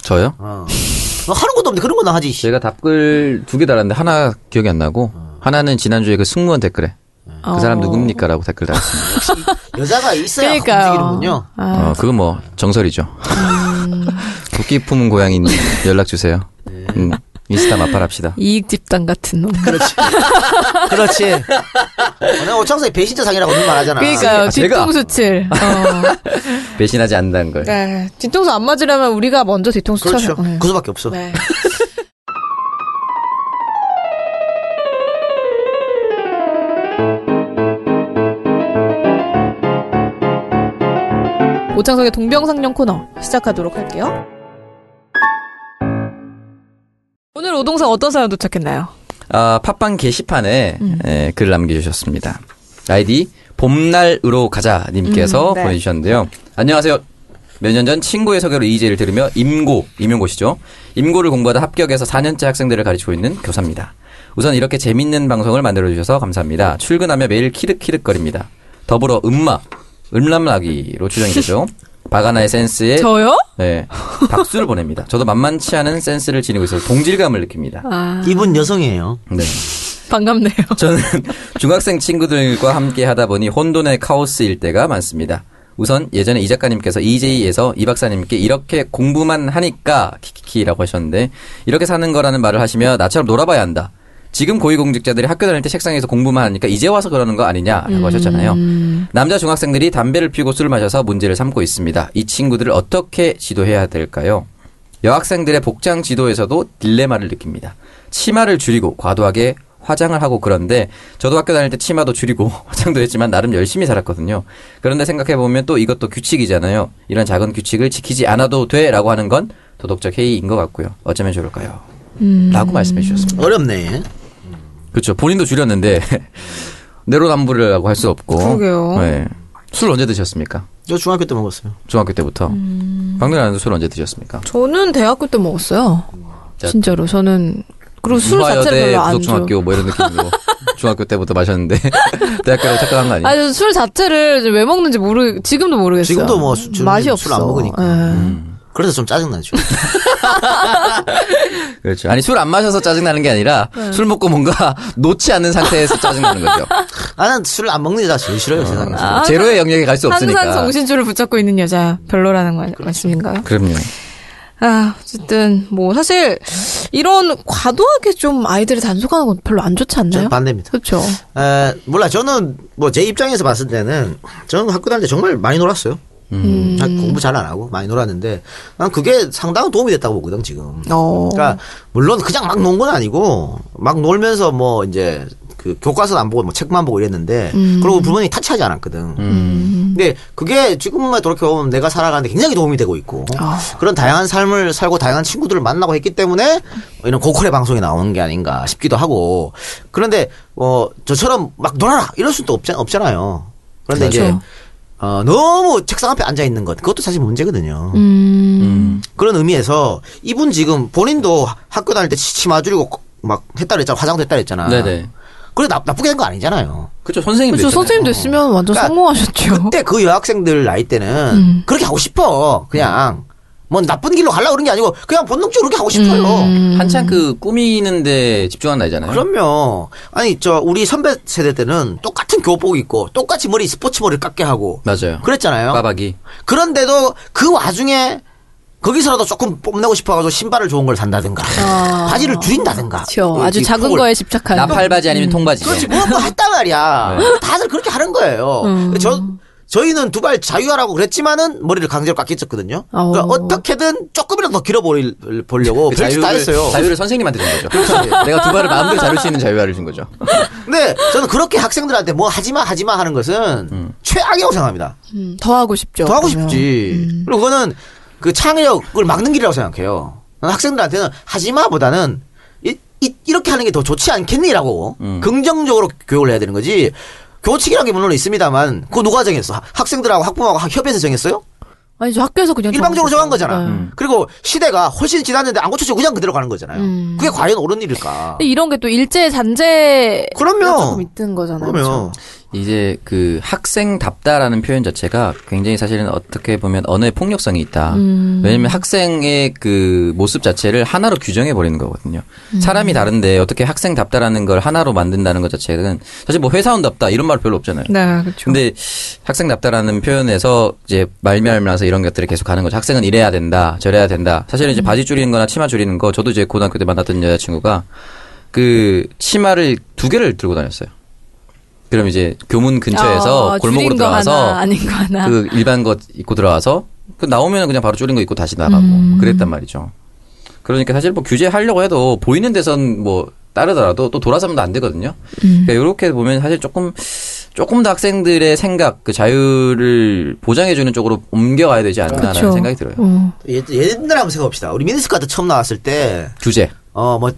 저요? 뭐 하는 것도 없는데 그런 거나 하지 씨. 제가 답글 두 개 달았는데 하나 기억이 안 나고 하나는 지난주에 그 승무원 댓글에 어. 그 어, 사람 누굽니까라고 댓글 달았습니다. 여자가 있어야 그러니까요. 움직이는군요 어, 그건 뭐 정설이죠. 음. 국기 품은 고양이님 연락 주세요. 네. 음, 인스타 마팔합시다. 이익 집단 같은 놈. 그렇지 그렇지 어, 내가 오창석이 배신자상이라고 늘 말하잖아 그러니까요. 아, 제가? 뒤통수 칠. 어. 배신하지 않는다는 걸. 네. 뒤통수 안 맞으려면 우리가 먼저 뒤통수 그렇죠 쳐서. 네. 그 수밖에 없어 네. 오창석의 동병상련 코너 시작하도록 할게요. 오늘 오동상 어떤 사연 도착했나요? 아, 팟빵 게시판에 음. 에, 글 남겨주셨습니다. 아이디 봄날으로 가자 님께서 음, 네. 보내주셨는데요. 안녕하세요. 몇 년 전 친구의 소개로 이재를 들으며 임고, 임용고시죠. 임고를 공부하다 합격해서 4년째 학생들을 가르치고 있는 교사입니다. 우선 이렇게 재밌는 방송을 만들어주셔서 감사합니다. 출근하며 매일 키득키득거립니다. 더불어 음마, 음람나기로 추정이 되죠. 바가나의 센스에 저요? 네, 박수를 보냅니다. 저도 만만치 않은 센스를 지니고 있어서 동질감을 느낍니다. 아. 이분 여성이에요 네. 반갑네요. 저는 중학생 친구들과 함께 하다 보니 혼돈의 카오스일 때가 많습니다. 우선 예전에 이 작가님께서 EJ에서 이 박사님께 이렇게 공부만 하니까 키키키라고 하셨는데 이렇게 사는 거라는 말을 하시며 나처럼 놀아봐야 한다. 지금 고위공직자들이 학교 다닐 때 책상에서 공부만 하니까 이제 와서 그러는 거 아니냐라고 하셨잖아요. 남자 중학생들이 담배를 피우고 술을 마셔서 문제를 삼고 있습니다. 이 친구들을 어떻게 지도해야 될까요? 여학생들의 복장 지도에서도 딜레마를 느낍니다. 치마를 줄이고 과도하게 화장을 하고 그런데 저도 학교 다닐 때 치마도 줄이고 화장도 했지만 나름 열심히 살았거든요. 그런데 생각해보면 또 이것도 규칙이잖아요. 이런 작은 규칙을 지키지 않아도 돼 라고 하는 건 도덕적 해이인 것 같고요. 어쩌면 좋을까요? 음. 라고 말씀해 주셨습니다. 어렵네 그렇죠. 본인도 줄였는데 내로남불을 라고 할 수 없고 그러게요. 네. 술 언제 드셨습니까? 저 중학교 때 먹었어요 중학교 때부터. 음. 박근혜는 술 언제 드셨습니까? 저는 대학교 때 먹었어요. 자, 진짜로 저는 그리고 술 자체를 문화여대 별로 안 좋아. 부속중학교 뭐 이런 느낌으로 중학교 때부터 마셨는데 대학교로 착각한 거 아니에요? 아니 술 자체를 이제 왜 먹는지 모르 지금도 모르겠어요. 네. 지금도 뭐 수- 지금 맛이 없어. 술안 먹으니까. 음. 예. 그래서 좀 짜증나죠 그렇죠. 아니 술 안 마셔서 짜증 나는 게 아니라 네. 술 먹고 뭔가 놓지 않는 상태에서 짜증 나는 거죠. 나는 아, 술을 안 먹는 여자 제일 싫어요 세상에서 아, 제로의 영역에 갈 수 없으니까. 항상 정신줄을 붙잡고 있는 여자 별로라는 그렇죠. 거 말씀인가요? 그럼요. 아 어쨌든 뭐 사실 이런 과도하게 좀 아이들을 단속하는 건 별로 안 좋지 않나요? 저는 반대입니다. 그렇죠. 에, 몰라 저는 뭐 제 입장에서 봤을 때는 저는 학교 다닐 때 정말 많이 놀았어요. 음. 학- 공부 잘 안 하고 많이 놀았는데 난 그게 상당한 도움이 됐다고 보거든 지금. 어. 그러니까 물론 그냥 막 논 건 아니고 막 놀면서 뭐 이제 그 교과서는 안 보고 뭐 책만 보고 이랬는데 음. 그리고 부모님이 타치하지 않았거든. 근데 그게 지금만 돌이켜보면 내가 살아가는데 굉장히 도움이 되고 있고 아. 그런 다양한 삶을 살고 다양한 친구들을 만나고 했기 때문에 이런 고퀄의 방송이 나오는 게 아닌가 싶기도 하고 그런데 어 저처럼 막 놀아라 이럴 수도 없잖아요 그런데 이제 그렇죠. 어, 너무 책상 앞에 앉아 있는 것 그것도 사실 문제거든요. 음. 음. 그런 의미에서 이분 지금 본인도 학교 다닐 때 치마 줄이고 막 했다 그랬잖아 화장도 했다 그랬잖아. 네네. 그래 나, 나쁘게 된 거 아니잖아요. 그렇죠. 선생님 저 됐잖아요. 선생님 됐으면 완전 그러니까 성공하셨죠. 그때 그 여학생들 나이 때는 그렇게 하고 싶어 그냥 뭐 나쁜 길로 가려고 그런 게 아니고 그냥 본능적으로 그렇게 하고 싶어요. 한창 음. 그 꾸미는데 집중한 나이잖아요. 그럼요. 아니 저 우리 선배 세대 때는 똑같은 교복 입고 똑같이 머리 스포츠 머리 깎게 하고 맞아요. 그랬잖아요. 빠박이. 그런데도 그 와중에 거기서라도 조금 뽐내고 싶어가지고 신발을 좋은 걸 산다든가 바지를 줄인다든가. 아. 그렇죠. 이- 아주 이 작은 폭을. 거에 집착하는. 나팔바지 음. 아니면 통바지. 그렇지 뭐 뭐 했단 말이야. 네. 다들 그렇게 하는 거예요. 음. 근데 저 저희는 두발 자유하라고 그랬지만은 머리를 강제로 깎였었거든요. 어. 그러니까 어떻게든 조금이라도 더 길어 보려고 그 별짓 다 했어요. 자유를 선생님한테 준 거죠. 내가 두 발을 마음대로 자를 수 있는 자유화를 준 거죠. 근데 저는 그렇게 학생들한테 뭐 하지마 하지마 하는 것은 음. 최악이라고 생각합니다. 음, 더 하고 싶죠. 더 하고 그러면. 싶지. 음. 그리고 그거는 그 창의력을 막는 길이라고 생각해요. 나는 학생들한테는 하지마보다는 이, 렇게 하는 게 더 좋지 않겠니라고 긍정적으로 교육을 해야 되는 거지. 교칙이라는 게 물론 있습니다만 그거 누가 정했어? 하- 학생들하고 학부모하고 학- 협의해서 정했어요? 아니, 저 학교에서 그냥. 일방적으로 정한 정한 거죠. 거잖아. 네. 그리고 시대가 훨씬 지났는데 안 고쳐지고 그냥 그대로 가는 거잖아요. 그게 과연 옳은 일일까? 음. 근데 이런 게 또 일제 잔재. 그럼요. 조금 있는 거잖아요. 그렇죠. 그러면 이제 그 학생답다라는 표현 자체가 굉장히 사실은 어떻게 보면 언어의 폭력성이 있다. 왜냐면 학생의 그 모습 자체를 하나로 규정해 버리는 거거든요. 사람이 다른데 어떻게 학생답다라는 걸 하나로 만든다는 것 자체는 사실 뭐 회사원답다 이런 말 별로 없잖아요. 네, 그렇죠. 근데 학생답다라는 표현에서 이제 말미알면서 이런 것들이 계속 가는 거죠. 학생은 이래야 된다, 저래야 된다. 사실은 음. 이제 바지 줄이는 거나 치마 줄이는 거, 저도 이제 고등학교 때 만났던 여자친구가 그 치마를 두 개를 들고 다녔어요. 그럼 이제 교문 근처에서 아, 골목으로 줄인 거 들어가서 하나, 아닌 거 하나. 그 일반 것 입고 들어와서 그 나오면 그냥 바로 줄인 거 입고 다시 나가고 음. 뭐 그랬단 말이죠. 그러니까 사실 뭐 규제하려고 해도 보이는 데선 뭐 따르더라도 또 돌아서면 안 되거든요. 음. 그러니까 이렇게 보면 사실 조금 조금 더 학생들의 생각 그 자유를 보장해주는 쪽으로 옮겨가야 되지 않나라는 그쵸. 생각이 들어요. 어. 예- 옛날에 한번 생각해봅시다. 우리 미니스카드 처음 나왔을 때 규제 어, 뭐,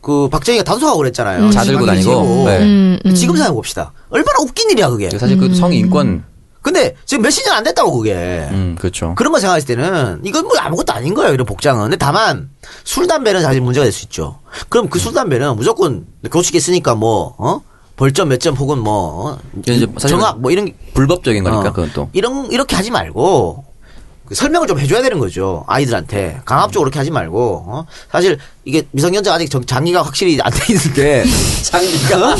그, 박정희가 단속하고 그랬잖아요. 음. 자 들고 지방이 다니고 지고. 네. 음, 음. 지금 생각해봅시다. 얼마나 웃긴 일이야, 그게. 사실 그 성인권 근데 지금 몇십 년 안 됐다고, 그게. 음, 그렇죠. 그런 거 생각했을 때는 이건 뭐 아무것도 아닌 거예요, 이런 복장은. 근데 다만, 술, 담배는 사실 문제가 될 수 있죠. 그럼 그 술, 담배는 무조건 교칙이 있으니까 뭐, 어? 벌점 몇 점 혹은 뭐, 어? 이제 예, 사실은 정학 뭐 이런 불법적인 거니까 어, 그러니까 그건 또 이런 이렇게 하지 말고 그 설명을 좀 해줘야 되는 거죠 아이들한테 음. 강압적으로 그렇게 하지 말고 어? 사실 이게 미성년자 아직 정- 장기가 확실히 안 돼 있는데 네. 장기가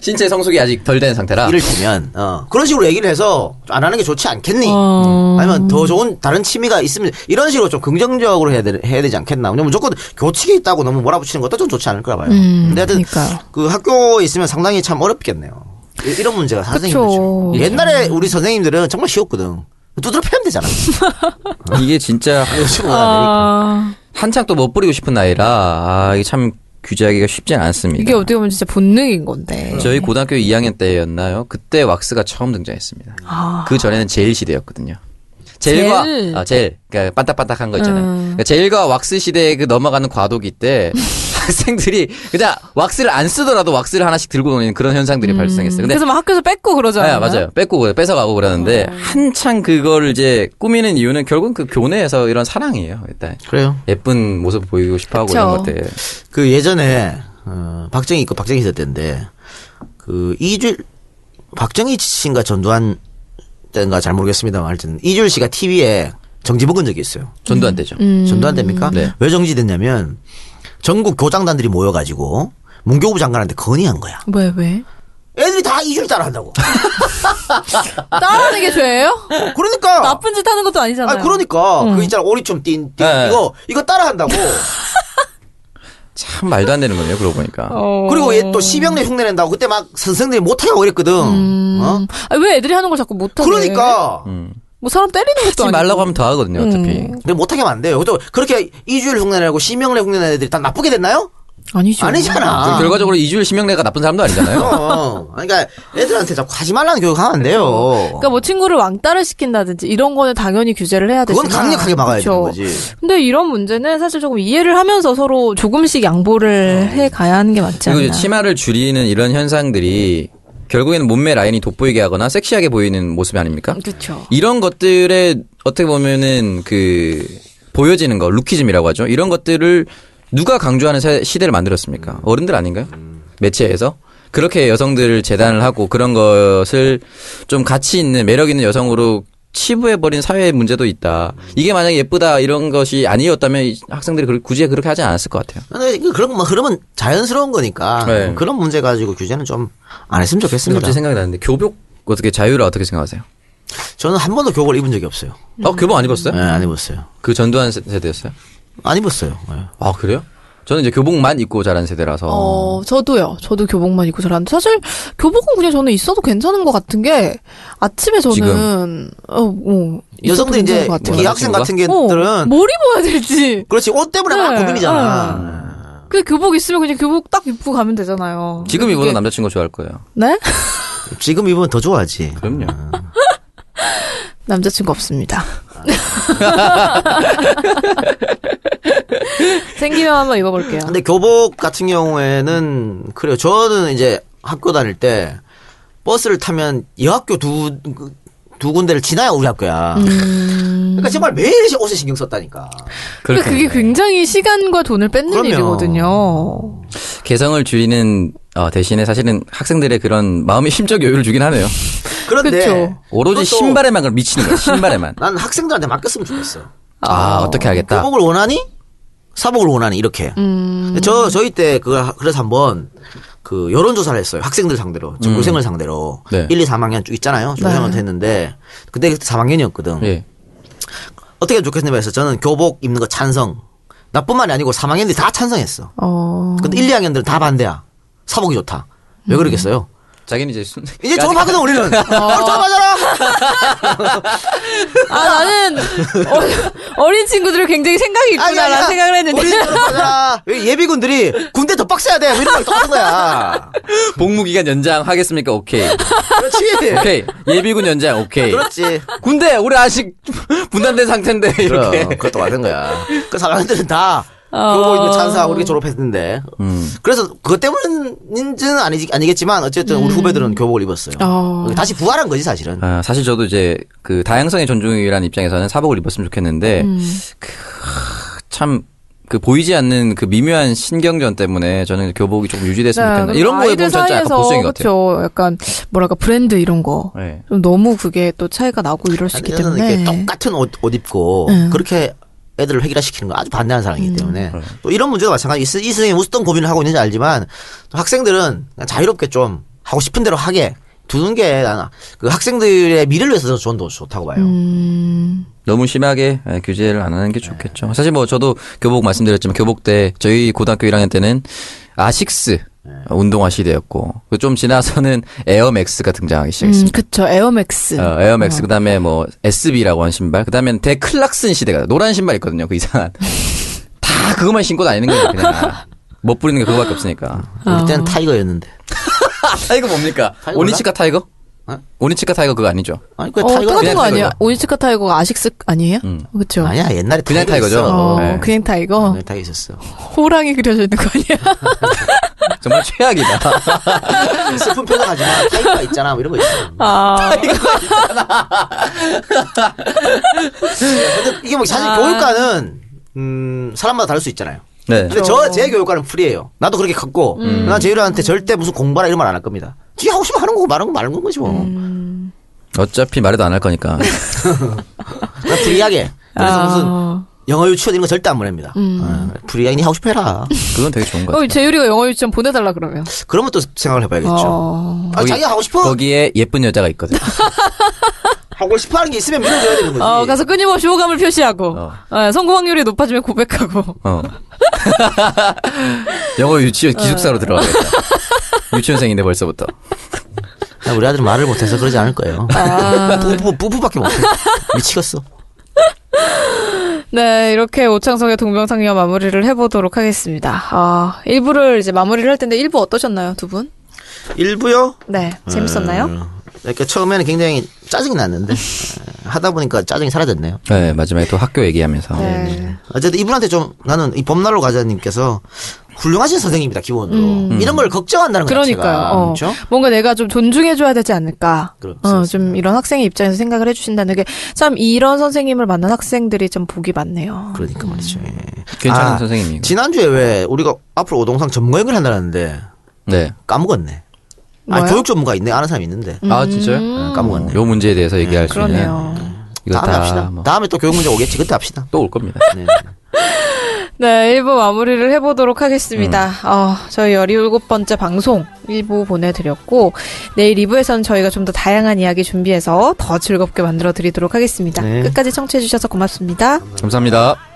신체 성숙이 아직 덜 된 상태라 이를테면 어, 그런 식으로 얘기를 해서 안 하는 게 좋지 않겠니? 어. 아니면 더 좋은 다른 취미가 있으면 이런 식으로 좀 긍정적으로 해야, 되, 해야 되지 않겠나? 왜냐면 무조건 교칙이 있다고 너무 몰아붙이는 것도 좀 좋지 않을까 봐요. 근데 하여튼 음, 그러니까요. 그 학교에 있으면 상당히 참 어렵겠네요. 이- 이런 문제가 상당히 그쵸. 힘들죠. 옛날에 우리 선생님들은 정말 쉬웠거든. 두드려 패면 되잖아. 이게 진짜 치고 아... 아, 한창 또 못 부리고 싶은 나이라 아 이게 참 규제하기가 쉽지 않습니다. 네. 이게 어떻게 보면 진짜 본능인 건데. 그렇죠. 저희 고등학교 2학년 때였나요? 그때 왁스가 처음 등장했습니다. 아. 그 전에는 젤 시대였거든요. 젤과 젤. 아, 젤 그러니까 반딱반딱한 거 있잖아요. 음. 그러니까 젤과 왁스 시대의 그 넘어가는 과도기 때 학생들이 그냥 왁스를 안 쓰더라도 왁스를 하나씩 들고 노는 그런 현상들이 발생했어요. 근데 그래서 막 학교에서 뺏고 음. 그러잖아요. 아. 아, 맞아요. 뺏고 뺏어가고 그러는데 한창 그걸 이제 꾸미는 이유는 결국 그 교내에서 이런 사랑이에요. 일단 그래요. 예쁜 모습 보이고 싶어하고 이런 그쵸. 것들. 그 예전에 어, 박정희 있고 박정희 있을 때인데 그 이줄 박정희 씨인가 전두환 때인가 잘 모르겠습니다만 하여튼 이줄 씨가 TV에 정지 먹은 적이 있어요. 음. 전도 안 되죠. 전두환 때입니까? 네. 왜 정지됐냐면 전국 교장단들이 모여가지고 문교부 장관한테 건의한 거야. 왜, 왜? 애들이 다 이줄 따라한다고. 아. 따라하는 게 죄예요? 그러니까 나쁜 짓 하는 것도 아니잖아요. 음. 아 그러니까 그 있잖아 오리 좀띤 네. 이거 이거 따라한다고. 참 말도 안 되는 거네요. 그러고 보니까. 어, 그리고 얘 또 시병내 흉내 낸다고 그때 막 선생들이 못하냐고 그랬거든. 어? 아, 왜 애들이 하는 걸 자꾸 못하게 그러니까 뭐 사람 때리는 것도 하지 아니고. 음. 말라고 하면 더 하거든요. 어차피. 근데 못하게 하면 안 돼요. 또 그렇게 이주일 흉내 내고 시명내 흉내 내는 애들이 다 나쁘게 됐나요? 아니죠. 그러니까 아니잖아. 그 결과적으로 이주일 심형래가 나쁜 사람도 아니잖아요. 어. 그러니까 애들한테 자꾸 하지 말라는 교육하면 안 돼요. 그러니까 뭐 친구를 왕따를 시킨다든지 이런 거는 당연히 규제를 해야 되지만 그건 강력하게 막아야 그쵸. 되는 거지. 근데 이런 문제는 사실 조금 이해를 하면서 서로 조금씩 양보를 해 가야 하는 게 맞지 그리고 않나. 어. 이제 치마를 줄이는 이런 현상들이 결국에는 몸매 라인이 돋보이게 하거나 섹시하게 보이는 모습 이 아닙니까? 그렇죠. 이런 것들에 어떻게 보면은 그 보여지는 거 루키즘이라고 하죠. 이런 것들을 누가 강조하는 세- 시대를 만들었습니까? 어른들 아닌가요? 매체에서 그렇게 여성들을 재단을 하고 그런 것을 좀 가치 있는 매력 있는 여성으로 치부해버린 사회의 문제도 있다. 이게 만약에 예쁘다 이런 것이 아니었다면 이 학생들이 그렇게- 굳이 그렇게 하지 않았을 것 같아요. 근데 그- 그런 뭐 흐름은 자연스러운 거니까 네. 그런 문제 가지고 규제는 좀 안 했으면 근데 좋겠습니다. 갑자기 생각이 나는데 교복 어떻게 자유를 어떻게 생각하세요? 저는 한 번도 교복을 입은 적이 없어요. 어 교복 안 입었어요? 네, 안 입었어요. 그 전두환 세- 세대였어요? 안 입었어요. 네. 아 그래요? 저는 이제 교복만 입고 자란 세대라서 어, 저도요. 저도 교복만 입고 자랐는데 사실 교복은 그냥 저는 있어도 괜찮은 것 같은 게 아침에 저는 지금. 어, 어, 있어도 여성들 이제 괜찮은 것 같아요. 이 학생 같은 어, 게들은 뭘 입어야 될지. 그렇지 옷 때문에 막 네, 고민이잖아. 그 교복 있으면 그냥 교복 딱 입고 가면 되잖아요. 지금 그게- 입어도 남자친구 좋아할 거예요. 네? 지금 입으면 더 좋아하지. 그럼요. 남자친구 없습니다. 생기면 한번 입어볼게요. 근데 교복 같은 경우에는 그래요. 저는 이제 학교 다닐 때 버스를 타면 여학교 두, 두 군데를 지나야 우리 학교야. 그러니까 정말 매일 옷에 신경 썼다니까. 그러니까 그게 굉장히 시간과 돈을 뺏는 그럼요. 일이거든요. 그 개성을 줄이는 어, 대신에 사실은 학생들의 그런 마음의 심적 여유를 주긴 하네요. 그런데 그쵸. 그것도 오로지 신발에만 그럼 미치는 거야. 신발에만. 난 학생들한테 맡겼으면 좋겠어. 아 어떻게 하겠다. 교복을 원하니? 사복을 원하니? 이렇게. 근데 저, 저희 때, 그, 그래서 한 번, 그, 여론조사를 했어요. 학생들 상대로. 전교생을 상대로. 음. 네. 1, 2, 3학년 쭉 있잖아요. 조사를 했는데. 그때 그때 3학년이었거든. 예. 어떻게 좋겠냐면 해서 저는 교복 입는 거 찬성. 나뿐만이 아니고 3학년들이 다 찬성했어. 어. 근데 1, 2학년들은 다 반대야. 사복이 좋다. 음. 왜 그러겠어요? 자기는 이제 순... 이제 졸업하거든, 우리는. 어. 바로 졸업하잖아! 아, 나는 어, 어린 친구들을 굉장히 생각이 아니, 아니, 있구나라는 생각을 했는데. 뭐 우리 졸업하잖아. 왜 예비군들이 군대 더 빡세야 돼. 뭐 이런 말 똑같은 거야. 복무 기간 연장 하겠습니까? 오케이. 그렇지. 오케이. 예비군 연장 오케이. 아, 그렇지. 군대 우리 아직 분단된 상태인데 이렇게. 그럼 그것도 맞는 거야. 그 사람들은 다 어. 교복 입고 찬사하고 이렇게 졸업했는데. 음. 그래서 그것 때문인지는 아니, 아니겠지만 어쨌든 우리 후배들은 교복을 입었어요. 음. 어. 뭐 다시 부활한 거지 사실은. 아, 사실 저도 이제 그 다양성의 존중이라는 입장에서는 사복을 입었으면 좋겠는데 음. 그, 참. 그 보이지 않는 그 미묘한 신경전 때문에 저는 교복이 조금 유지됐으면 네, 좋겠나 그리고 이런 거에 보면 아이들 진짜 약간 사이에서 보수인 것 같아요. 그렇죠. 약간 뭐랄까 브랜드 이런 거. 네. 좀 너무 그게 또 차이가 나고 이럴 수 있기 저는 이렇게 때문에. 네. 똑같은 옷, 옷 입고 그렇게 애들을 획일화시키는 거 아주 반대하는 음. 사람이기 때문에 네. 또 이런 문제도 마찬가지. 이, 스- 이 선생님 어떤 고민을 하고 있는지 알지만 또 학생들은 그냥 자유롭게 좀 하고 싶은 대로 하게 두는 게 나는 그 학생들의 미래를 위해서 저는 더 좋다고 봐요. 음. 너무 심하게 예, 규제를 안 네. 하는 게 좋겠죠. 사실 뭐 저도 교복 말씀드렸지만 교복 때 저희 고등학교 1학년 때는 아식스 네. 어, 운동화 시대였고 그좀 지나서는 에어맥스가 등장하기 음, 시작했습니다. 그쵸. 에어맥스. 어, 에어맥스 그다음에 뭐 SB라고 하는 신발 그다음엔 데클락슨 시대가 노란 신발 있거든요. 그 이상한 다 그것만 신고 다니는 거예요. 그냥 아, 못 부리는 게 그거밖에 없으니까. 우리 때는 타이거였는데. 아, 타이거 뭡니까? 타이거 오니치카 타이거? 어? 오니치카 타이거 그거 아니죠? 아니 그 어, 타이거 똑같은 거 그냥 아니에요? 타이거죠. 오니츠카 타이거가 아식스 아니에요? 그쵸. 아니야 옛날에 그냥 타이거 타이거죠. 있어. 어, 음. 네. 그냥 타이거. 옛날에 타이거 있었어. 호랑이 그려져 있는 거 아니야? 정말 최악이다. 슬픈 표현하지만 타이거가 있잖아 뭐 이런 거 있어. 아. 근데 이게 뭐 아. 사실 교육과는 음 사람마다 다를 수 있잖아요. 네. 근데 저 제 교육과는 풀이에요. 나도 그렇게 컸고 음. 난 제율한테 절대 무슨 공부라 이런 말 안 할 겁니다. 지 하고 싶으면 하는 거고 말하는 거 말하는 건 거지 뭐. 음. 어차피 말해도 안 할 거니까. 나 불리하게 아. 그래서 무슨 영어 유치원 이런 거 절대 안 보냅니다. 음. 어, 불리하게 니 하고 싶어 해라. 그건 되게 좋은 것 같아요. 어, 재율이가 영어 유치원 보내달라 그러면. 그러면 또 생각을 해봐야겠죠. 어. 아, 자기가 하고 싶어 거기에 예쁜 여자가 있거든. 하고 싶어 하는 게 있으면 밀어줘야 되는 거지. 어, 가서 끊임없이 호감을 표시하고, 어. 어, 성공 확률이 높아지면 고백하고. 어. 영어 유치원 기숙사로 들어가겠다. 유치원생인데 벌써부터. 아, 우리 아들은 말을 못해서 그러지 않을 거예요. 아. 부부, 부부밖에 못해. 미치겠어. 네, 이렇게 오창성의 동명상녀 마무리를 해보도록 하겠습니다. 아, 1부를 이제 마무리를 할 텐데, 1부 어떠셨나요, 두 분? 일부요? 네, 재밌었나요? 그러니까 처음에는 굉장히 짜증이 났는데 에, 하다 보니까 짜증이 사라졌네요. 네, 마지막에 또 학교 얘기하면서. 네. 어쨌든 이분한테 좀 나는 이 범날로 과자님께서 훌륭하신 선생님이다 기본으로 이런 걸 걱정한다는 음. 거 그러니까요. 자체가 어. 그렇죠? 뭔가 내가 좀 존중해줘야 되지 않을까. 그렇죠. 어, 좀 이런 학생의 입장에서 생각을 해주신다는 게 참 이런 선생님을 만난 학생들이 좀 복이 많네요. 그러니까 말이죠. 음. 예. 괜찮은 아, 선생님이고. 지난주에 왜 우리가 앞으로 오동상 전문가 연구를 한다는데 네. 까먹었네. 아 뭐요? 음. 교육 전문가 있네 아는 사람이 있는데 아, 진짜요? 아, 까먹었네. 요 문제에 대해서 얘기할 수 있는. 그러네요. 이거 다음에 다 합시다. 뭐 다음에 또 교육 문제 오겠지. 그때 합시다. 또 올 겁니다. 네. 네, 1부 마무리를 해보도록 하겠습니다. 어, 저희 17번째 방송 1부 보내드렸고, 내일 2부에서는 저희가 좀 더 다양한 이야기 준비해서 더 즐겁게 만들어드리도록 하겠습니다. 네. 끝까지 청취해주셔서 고맙습니다. 감사합니다.